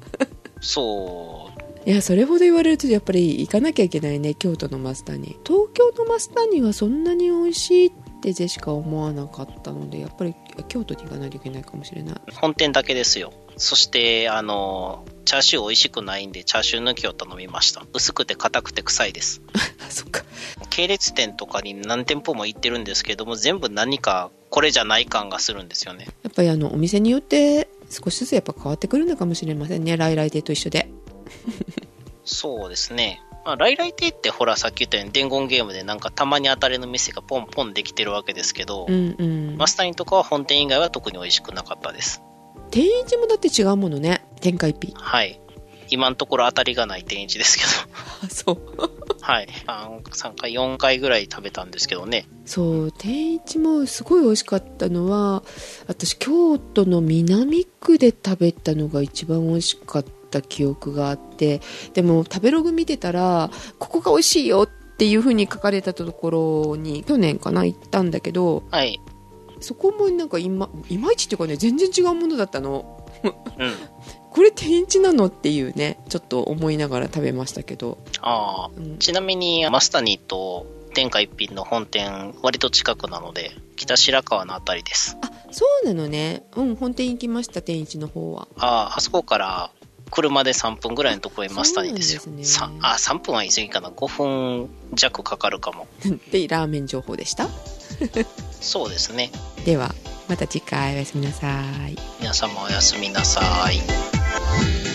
B: そう
A: いやそれほど言われるとやっぱり行かなきゃいけないね京都のマスターに東京のマスターにはそんなに美味しいってジェシカは思わなかったのでやっぱり京都に行かないといけないかもしれない
B: 本店だけですよそしてあのチャーシュー美味しくないんでチャーシュー抜きを頼みました薄くて硬くて臭いです
A: あそっか
B: 系列店とかに何店舗も行ってるんですけども全部何かこれじゃない感がするんですよね
A: やっぱりあのお店によって少しずつやっぱ変わってくるのかもしれませんね来来亭と一緒で
B: そうですねまあ、来来亭ってほらさっき言ったように伝言ゲームでなんかたまに当たりの店がポンポンできてるわけですけど、
A: うんうん
B: マスタニとかは本店以外は特に美味しくなかったです
A: 天一もだって違うものね天下一品
B: はい。今のところ当たりがない天一ですけ
A: あそう
B: ど、 [LAUGHS] はい。3, 3回、4回ぐらい食べたんですけどね。
A: そう天一もすごい美味しかったのは私京都の南区で食べたのが一番美味しかったった記憶があってでも食べログ見てたらここが美味しいよっていう風に書かれたところに去年かな行ったんだけど
B: はい。
A: そこもなんかいまいまいちっていうかね全然違うものだったの
B: うん。
A: これ天一なのっていうねちょっと思いながら食べましたけど、
B: ああ。
A: うん、
B: ちなみに、マスタニーと天下一品の本店、割と近くなので、北白川のあたりです。
A: あそうなのねうん本店行きました天一の方は
B: ああ、あそこから、車で3分ぐらいのところにマスタニーですよ。
A: そうなんですね
B: さあ、3分は言い過ぎかな。5分弱かかるかも。
A: でラーメン情報でした
B: そうですね。
A: ではまた次回おやすみなさい
B: 皆様おやすみなさい。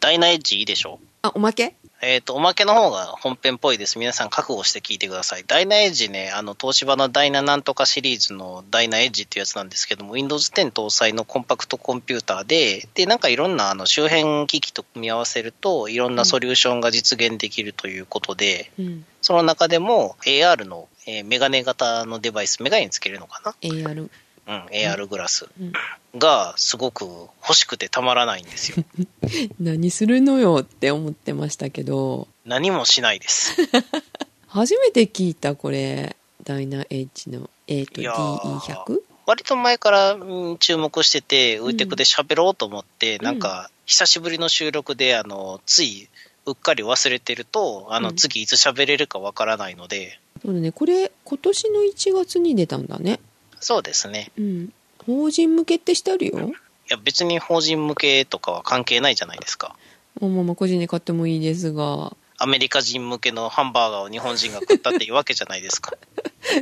B: ダイナエッジいいでしょ
A: あおまけ
B: えっ、と、おまけの方が本編っぽいです。皆さん覚悟して聞いてください。ダイナエッジね、あの、東芝のダイナなんとかシリーズのダイナエッジっていうやつなんですけども、Windows 10搭載のコンパクトコンピューターで、で、なんかいろんなあの周辺機器と組み合わせると、いろんなソリューションが実現できるということで、
A: うん
B: その中でも AR の、えーメガネ型のデバイス、メガネにつけるのか
A: AR
B: なうん、AR グラス
A: うん
B: がすごく欲しくてたまらないんですよ。
A: 何するのよって思ってましたけど
B: 何もしないです。
A: 初めて聞いたこれダイナエッジの、えー、と
B: いやー
A: DE100
B: 割と前からうん注目してて、ウイテクで喋ろうと思って、
A: ん
B: なんか、久しぶりの収録で、あの、つい、うっかり忘れてると、あ
A: う
B: の、
A: ん
B: 次いつ喋れるかわからないので、
A: そうだねこれ今年の1月に出たんだね
B: そうですね。
A: うん法人向けってしてあるよ
B: いや、別に法人向けとかは関係ないじゃないですか。
A: まあまあ個人で買ってもいいですが [LAUGHS]
B: アメリカ人向けのハンバーガーを日本人が食ったっていうわけじゃないで
A: [LAUGHS]
B: すか。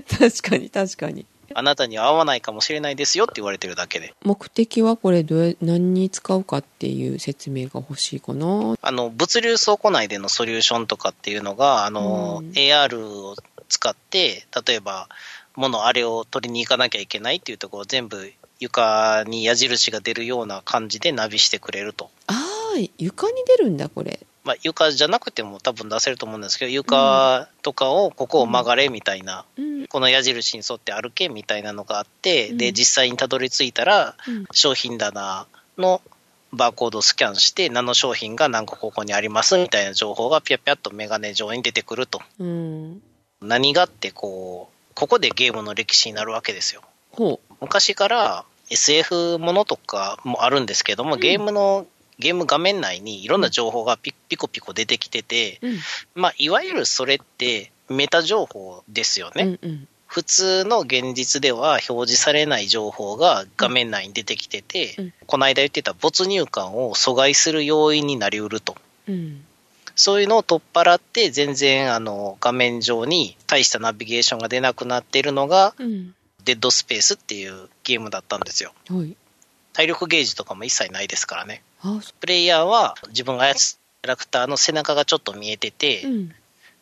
A: 確かに確かに
B: あなたには合わないかもしれないですよって言われてるだけで。
A: 目的はこれどうや何に使うかっていう説明が欲しいかな
B: あの、物流倉庫内でのソリューションとかっていうのが、あの、
A: うん
B: AR を使って、例えば、物あれを取りに行かなきゃいけないっていうところを全部床に矢印が出るような感じでナビしてくれると。
A: あー床に出るんだこれ
B: まあ、床じゃなくても多分出せると思うんですけど、床とかをここを曲がれみたいな、
A: うん
B: この矢印に沿って歩けみたいなのがあって、
A: う
B: で、
A: ん
B: 実際にたどり着いたら、
A: うん
B: 商品棚のバーコードをスキャンして、何の商品が何個ここにありますみたいな情報がピャピャっとメガネ上に出てくると。
A: うん
B: 何がってこう、ここでゲームの歴史になるわけですよ。
A: ほう
B: 昔から SF ものとかもあるんですけども、ゲームの、ゲーム画面内にいろんな情報がピピコピコ出てきてて、
A: うん
B: まあ、いわゆるそれってメタ情報ですよね。
A: うんうん
B: 普通の現実では表示されない情報が画面内に出てきてて、
A: うん
B: この間言ってた没入感を阻害する要因になりうると。
A: うん
B: そういうのを取っ払って、全然あの画面上に大したナビゲーションが出なくなっているのが、
A: うん
B: デッドスペースっていうゲームだったんですよ。
A: はい
B: 体力ゲージとかも一切ないですからね。
A: あそ
B: プレイヤーは自分が操るキャラクターの背中がちょっと見えてて、
A: ううん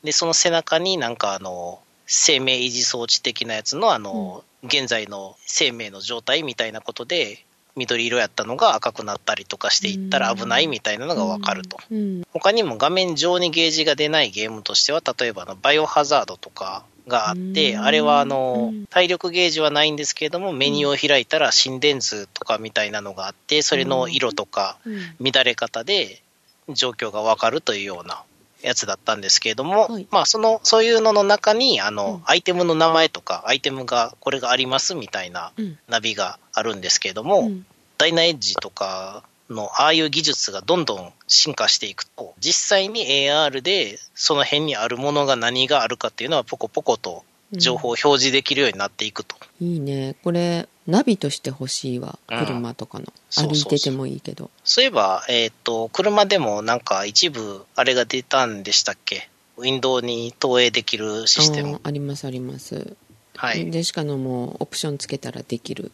B: で、その背中になんかあの、生命維持装置的なやつのあの、現在の生命の状態みたいなことで、緑色やったのが赤くなったりとかしていったら危ないみたいなのがわかると。
A: うん
B: 他にも画面上にゲージが出ないゲームとしては、例えばあのバイオハザードとかがあって、
A: うん
B: あれはあの
A: うん
B: 体力ゲージはないんですけれども、メニューを開いたら心電図とかみたいなのがあって、それの色とか
A: うん
B: 乱れ方で状況がわかるというようなやつだったんですけれども、
A: はい
B: まあそのそういうのの中にあの、
A: うん
B: アイテムの名前とかアイテムがこれがありますみたいな
A: うん
B: ナビがあるんですけれども、
A: うん
B: ダイナエッジとかのああいう技術がどんどん進化していくと実際に AR でその辺にあるものが何があるかっていうのはポコポコと情報を表示できるようになっていくと、
A: いいねこれナビとして欲しいわ車とかの
B: そう
A: 歩
B: そう
A: い
B: そう
A: ててもいいけど
B: そういえば、えっと車でもなんか一部あれが出たんでしたっけウィンドウに投影できるシステ
A: あー
B: ム
A: ありますあります
B: はい、うん
A: でしかのもオプションつけたらできる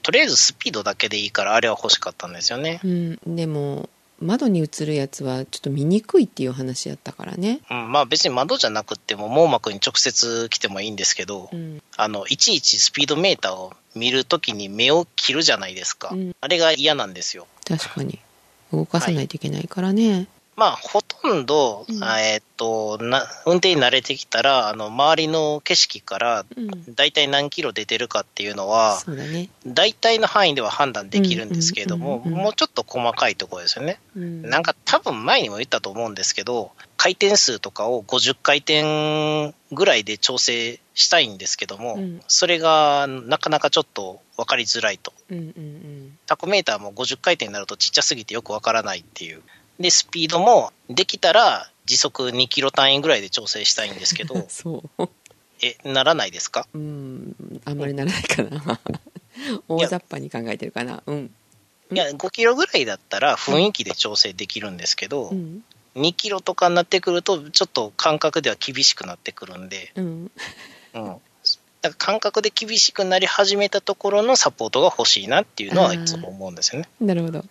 B: とりあえずスピードだけでいいからあれは欲しかったんですよね
A: うんでも窓に映るやつはちょっと見にくいっていう話やったからね
B: うん、まあ別に窓じゃなくっても網膜に直接来てもいいんですけど、
A: うん
B: あの、いちいちスピードメーターを見るときに目を切るじゃないですか。
A: うん
B: あれが嫌なんですよ。
A: 確かに動かさないといけないからね、
B: まあ、ほとんど、
A: うん
B: あえっとな、運転に慣れてきたら、あの周りの景色から、
A: うん、
B: 大体何キロ出てるかっていうのは、
A: そうだね、
B: 大体の範囲では判断できるんですけれども、
A: うんうんうんうん
B: もうちょっと細かいところですよね。
A: うん、
B: なんか多分前にも言ったと思うんですけど、回転数とかを50回転ぐらいで調整したいんですけども、
A: うん
B: それがなかなかちょっと分かりづらいと。
A: うんうん
B: タコメーターも50回転になるとちっちゃすぎてよく分からないっていう。で、スピードもできたら時速2キロ単位ぐらいで調整したいんですけ
A: う
B: ど
A: ん、 [LAUGHS] そう
B: え、ならないですか
A: うんあんまりなら [LAUGHS] ないかな大雑把に考えてるかなうん
B: いや、5キロぐらいだったら雰囲気で調整できるんですけど、
A: うん
B: 2キロとかになってくると、ちょっと感覚では厳しくなってくるんで、
A: うん
B: うん、だから感覚で厳しくなり始めたところのサポートが欲しいなっていうの
A: あ
B: は
A: ー
B: いつも思うんですよね。
A: なるほど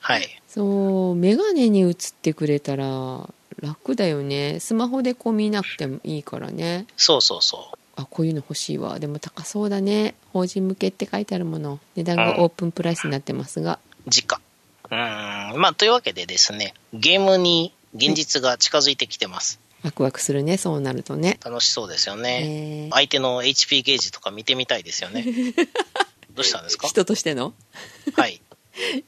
B: はい、
A: そうメガネに映ってくれたら楽だよねスマホでこう見なくてもいいからね
B: そうそうそ
A: あこういうの欲しいわでも高そうだね法人向けって書いてあるもの値段がオープンプライスになってますが
B: う、時価。うーん、まあ、というわけでですね、ゲームに現実が近づいてきてます。
A: ワクワクするねそうなるとね
B: 楽しそうですよね。
A: えー
B: 相手の HP ゲージとか見てみたいです
A: [LAUGHS]
B: よね。どうしたんですか
A: 人としての [LAUGHS]
B: はい。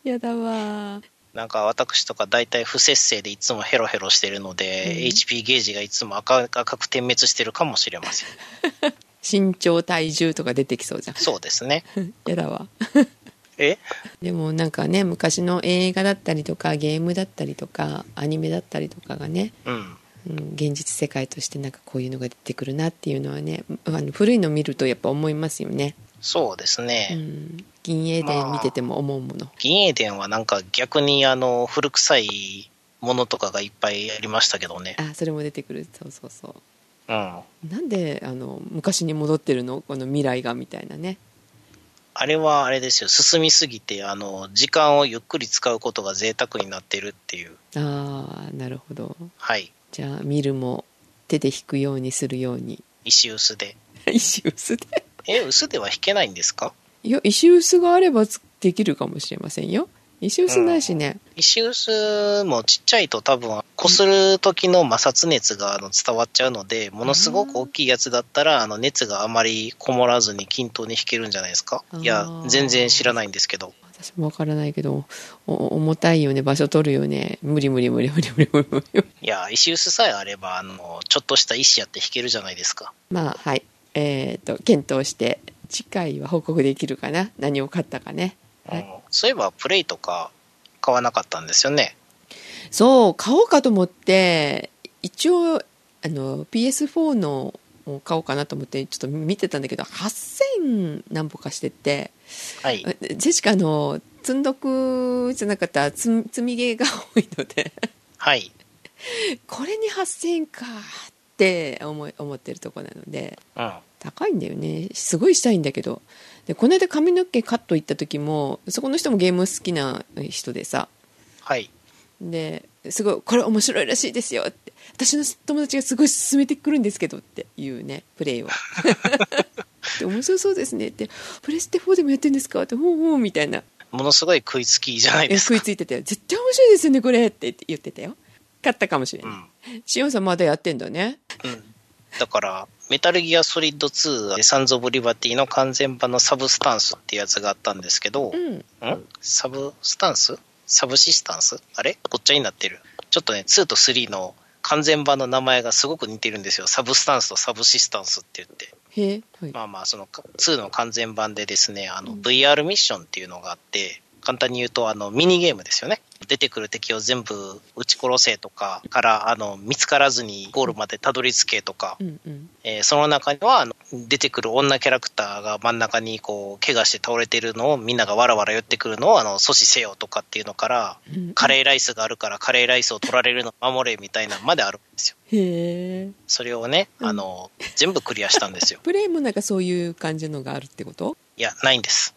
A: やだわ
B: なんか私とか大体不節制でいつもヘロヘロしてるので、
A: うん
B: HP ゲージがいつも赤赤く点滅してるかもしれ
A: [LAUGHS]
B: ません。
A: 身長体重とか出てきそうじゃん
B: そうで
A: [LAUGHS]
B: すね。
A: やだわ
B: え
A: でもなんかね昔の映画だったりとかゲームだったりとかアニメだったりとかがね、
B: うん。
A: うん、現実世界としてなんかこういうのが出てくるなっていうのはねあの古いの見るとやっぱ思いますよね、
B: そうですね。
A: うん、銀英伝見てても思うもの、
B: 銀英伝はなんか逆にあの古臭いものとかがいっぱいありましたけどね。
A: あそれも出てくるそうそうそ
B: うん。
A: うなんであの昔に戻ってるのこの未来がみたいなね
B: あれはあれですよ。進みすぎて、あの、時間をゆっくり使うことが贅沢になってるっていう。
A: ああなるほど
B: はい。
A: じゃあ見るも手で引くようにするように [LAUGHS]
B: 石臼で。
A: 石臼で
B: え、臼では弾けないんですか
A: いや石臼があればつできるかもしれませんよ石臼ないしね、
B: 石臼もちっちゃいと多分、こする時の摩擦熱があの伝わっちゃうので、ものすごく大きいやつだったら、あの熱があまりこもらずに均等に弾けるんじゃないですか
A: あー
B: いや、全然知らないんですけど。
A: 私もわからないけどお重たいよね場所取るよね無理無理無理無理無理無理無理
B: いや、石臼さえあれば、あの、ちょっとした石やって弾けるじゃないですか。
A: [LAUGHS] まあはいえっ、と検討して次回は報告できるかな何を買ったかねはい
B: うんそういえば、プレイとか買わなかったんですよね。
A: そう買おうかと思って一応あの PS4 のを買おうかなと思ってちょっと見てたんだけど8000何歩かしてて
B: はい。
A: ジェシカの積んどくじゃなかった積み積みゲーが多いので
B: はい。
A: これに8000円かって思い思ってるとこなので
B: うん。
A: 高いんだよねすごいしたいんだけどでこの間髪の毛カット行った時もそこの人もゲーム好きな人でさ
B: はい。
A: ですごいこれ面白いらしいですよって私の友達がすごい勧めてくるんですけどっていうねプレイを [LAUGHS] で面白そうですねってプレステ4でもやってるんですかってほうほうみたいな
B: ものすごい食いつきじゃない
A: え
B: です
A: 食い
B: か。
A: ついてて絶対面白いですよねこれって言ってたよ勝ったかもしれ
B: う
A: ない、
B: ん。
A: しおんさんまだやってんだね
B: うんだから、メタルギアソリッド2、サンズ・オブ・リバティの完全版のサブスタンスってやつがあったんですけど、
A: うん
B: んサブスタンスサブシスタンスあれごっちゃになってる。ちょっとね、2と3の完全版の名前がすごく似てるんですよ。サブスタンスとサブシスタンスって言って。
A: へえ、はい
B: まあまあ、そのか2の完全版でですね、あの
A: うん
B: VR ミッションっていうのがあって、簡単に言うとあのミニゲームですよね。出てくる敵を全部撃ち殺せとかからあの見つからずにゴールまでたどり着けとか、
A: うんうん
B: えーその中にはあの出てくる女キャラクターが真ん中にこう怪我して倒れてるのをみんながわらわら寄ってくるのをあの阻止せよとかっていうのから
A: うん
B: カレーライスがあるからカレーライスを取られるのを守れみたいなのまであるんですよ。
A: へえ
B: それをね、あの全部クリアしたんですよ。
A: プレイもなんかそういう感じのがあるってこと
B: いや、ないんです。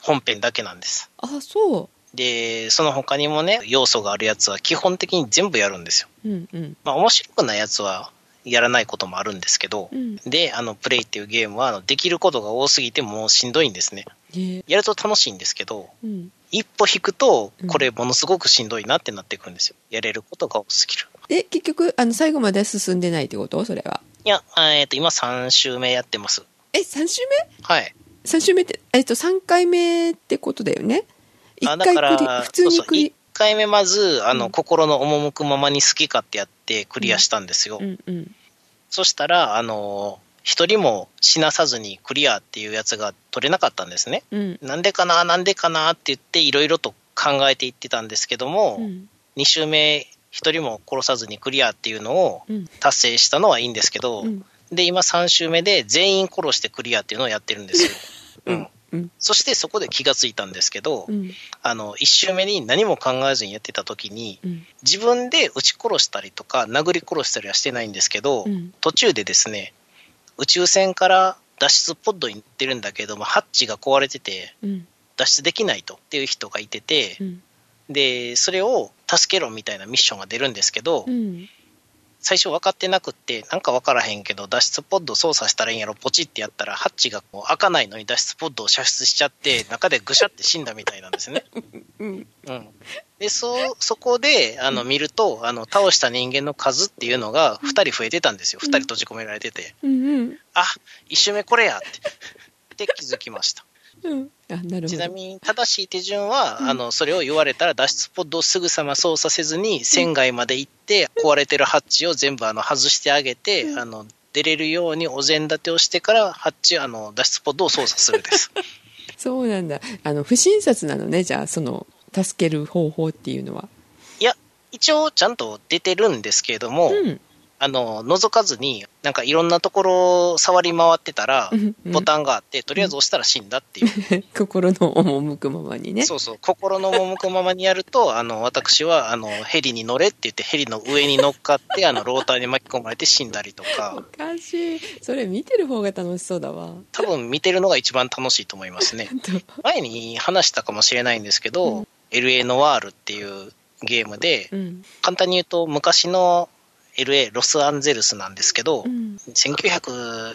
B: 本編だけなんです。
A: あそ
B: で、その他にもね、要素があるやつは基本的に全部やるんですよ。
A: ううんうん
B: まあ、面白くないやつはやらないこともあるんですけど、
A: うん。
B: で、あの、プレイっていうゲームは、あのできることが多すぎてもうしんどいんですね。
A: ね
B: やると楽しいんですけど、
A: うん。
B: 一歩引くと
A: うん、
B: これものすごくしんどいなってなってくるんですよ。やれることが多すぎる。
A: で、結局、あの、最後まで進んでないってことそれは。
B: いや、あえっ、と、今3週目やってます。
A: え、3週
B: はい。
A: 目 ?3 週目って、えっと、3回目ってことだよね。
B: あ
A: 1回
B: だか
A: 繰り、
B: ら
A: 普通に
B: そ
A: 繰
B: うそう
A: り
B: 一。回目まず、あの、
A: うん
B: 心の赴くままに好き勝手やってクリアしたんですよ。
A: うんうん。
B: そしたら、あの、一人も死なさずにクリアっていうやつが取れなかったんですね。
A: うん。
B: なんでかな、なんでかなって言って、いろいろと考えていってたんですけども、
A: うん。
B: 2周目、一人も殺さずにクリアっていうのを
A: うん。
B: 達成したのはいいんですけど、
A: うん。
B: で、今3周目で全員殺してクリアっていうのをやってるんですよ。
A: う
B: うんん。
A: うん。
B: そしてそこで気がついたんですけど、
A: うん。
B: あの、1周目に何も考えずにやってた時に、
A: うん。
B: 自分で撃ち殺したりとか、殴り殺したりはしてないんですけど、
A: うん
B: 途中でですね、宇宙船から脱出ポッドに行ってるんだけども、ハッチが壊れてて、
A: うん。
B: 脱出できないとっていう人がいてて、
A: うん。
B: で、それを助けろみたいなミッションが出るんですけど、
A: うん。
B: 最初分かってなくって、なんか分からへんけど、脱出ポッド操作したらいいんやろ、ポチってやったら、ハッチがこう開かないのに脱出ポッドを射出しちゃって、中でぐしゃって死んだみたいなんですね。
A: うん。
B: うん、でそそこであの見るとあの倒した人間の数っていうのが2人増えてたんですよ2人閉じ込められてて
A: うん。
B: あ一1周目これやってって気づきました
A: うん。あ、なるほど。
B: ちなみに正しい手順は、
A: うん
B: あのそれを言われたら脱出ポッドをすぐさま操作せずに船外まで行って壊れてるハッチを全部あの外してあげて、
A: うん
B: あの出れるようにお膳立てをしてからハッチあの脱出ポッドを操作するです
A: [LAUGHS] そうなんだ。あの、不親切なのね、じゃあ、その、助ける方法っていうのは。
B: いや一応ちゃんと出てるんですけれども、
A: うん。
B: あの、覗かずに、なんかいろんなところを触り回ってたら
A: うん、うん
B: ボタンがあって、とりあえず押したら死んだっていう、
A: 心の赴くままにね。
B: そうそう、心の赴くままにやると、 [LAUGHS] あの、私は、あの、ヘリに乗れって言って、ヘリの上に乗っかって、あの、ローターに巻き込まれて死んだりと
A: お [LAUGHS]
B: か、
A: かしい。それ見てる方が楽しそうだわ。
B: 多分見てるのが一番楽しいと思いま
A: [LAUGHS]
B: すね。前に話したかもしれないんですけど、LA ノワールっていうゲームで
A: う、ん。
B: 簡単に言うと、昔の LA、ロサンゼルスなんですけど
A: う、ん。
B: 1940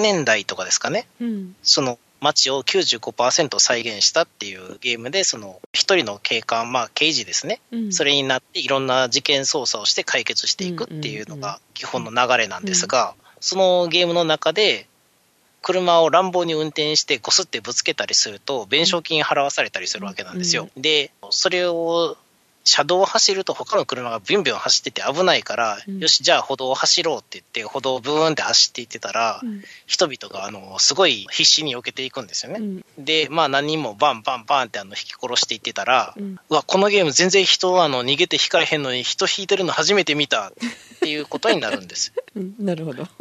B: 年代とかですかね。
A: うん。
B: その街を95%再現したっていうゲームで、その一人の警官、まあ刑事ですね、
A: うん。
B: それになっていろんな事件捜査をして解決していくっていうのが基本の流れなんですが、そのゲームの中で、車を乱暴に運転してこすってぶつけたりすると、弁償金払わされたりするわけなんですよ。で、それを車道を走ると他の車がビュンビュン走ってて危ないから、
A: うん
B: よし、じゃあ歩道を走ろうって言って、歩道をブーンって走っていってたら、
A: うん。
B: 人々があのすごい必死に避けていくんですよ
A: う
B: ね。
A: ん。
B: で、まあ、何人もバンバンバンってあの引き殺していってたら、
A: う
B: うんわ、このゲーム全然人はあの逃げて引かれへんのに人引いてるの初めて見たっていうことになるんです。
A: うん。なるほど。 [LAUGHS]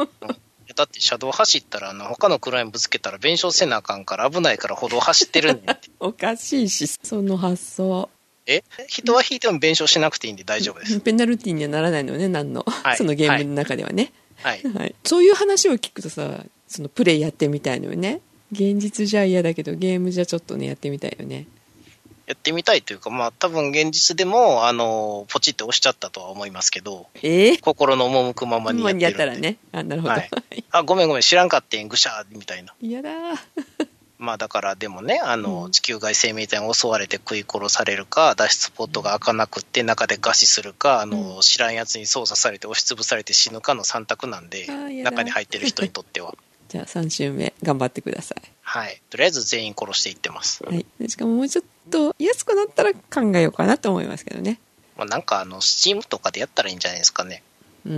B: だって車道走ったらあの他の車にぶつけたら弁償せなあかんから危ないから歩道走ってるんで
A: おかしいし、その発 [LAUGHS] 想。
B: え人は引いても弁償しなくていいんで大丈夫です。
A: ペナルティにはならないのね、何の。
B: はい
A: そのゲームの中ではね。
B: はい。
A: [LAUGHS] はい。そういう話を聞くとさ、そのプレイやってみたいのよね。現実じゃ嫌だけど、ゲームじゃちょっとね、やってみたいよね。
B: やってみたいというか、まあ多分現実でも、あの、ポチって押しちゃったとは思いますけど、
A: ええ
B: 心の赴くままにや
A: まあ
B: ってるんで
A: やったらね。あ、なるほど。
B: はあ、ごめんごめん、知らんかってん、ぐしゃーみたいな。
A: [LAUGHS] 嫌だー。
B: まあだからでもね、あ
A: う
B: の
A: ん
B: 地球外生命体に襲われて食い殺されるか、脱出ポットが開かなくって中で餓死するか、あの知らんやつに操作されて押しつぶされて死ぬかの3択なんで
A: あーや、だ
B: 中に入ってる人にとって
A: [LAUGHS]
B: は。
A: じゃあ3週目頑張ってくださ
B: はい。とりあえず全員殺していってます。
A: い、はい、でしかももうちょっと安くなったら考えようかなと思いますけどね
B: まあ、なんかあの、スチームとかでやったらいいんじゃないですかね。
A: うー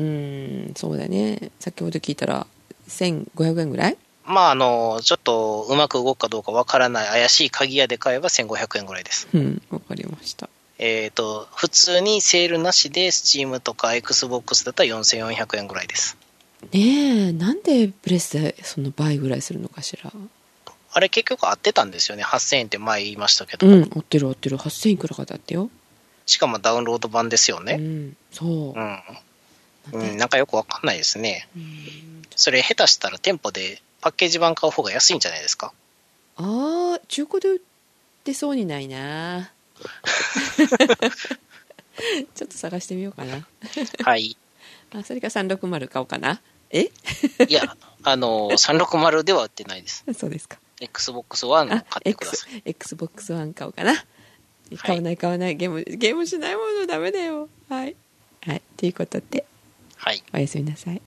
A: んそうだね先ほど聞いたら1500円ぐらい
B: まああの、ちょっとうまく動くかどうかわからない怪しい鍵屋で買えば1500円ぐらいです。
A: うんわかりました
B: えっ、と、普通にセールなしで、Steam とか Xbox だったら4400円ぐらいです。
A: ねえなんでプレスでその倍ぐらいするのかしら
B: あれ結局合ってたんですよね。8000円って前言いましたけ
A: う
B: ど。
A: ん合ってる合ってる8000いくらかだってよ、
B: しかもダウンロード版ですよ
A: う
B: ね。
A: んそうう、
B: ん。
A: な
B: うん
A: で
B: ん、なんかよくわかんないですね。
A: うん
B: それ下手したら店舗でパッケージ版買う方が安いんじゃないで
A: [LAUGHS]
B: すか
A: あー中古で売ってそうにない
B: [LAUGHS]
A: なちょっと探してみようかな
B: はい。
A: あそれか360買おうかなえ
B: いや、あの、360では売ってないです。
A: そうですか
B: Xbox One を
A: あ
B: 買ってくださ
A: X XBOX ONE 買おうかな買わない買わないゲームゲームしないものダメだよはい、はい、ということで
B: い。はい。
A: おやすみなさい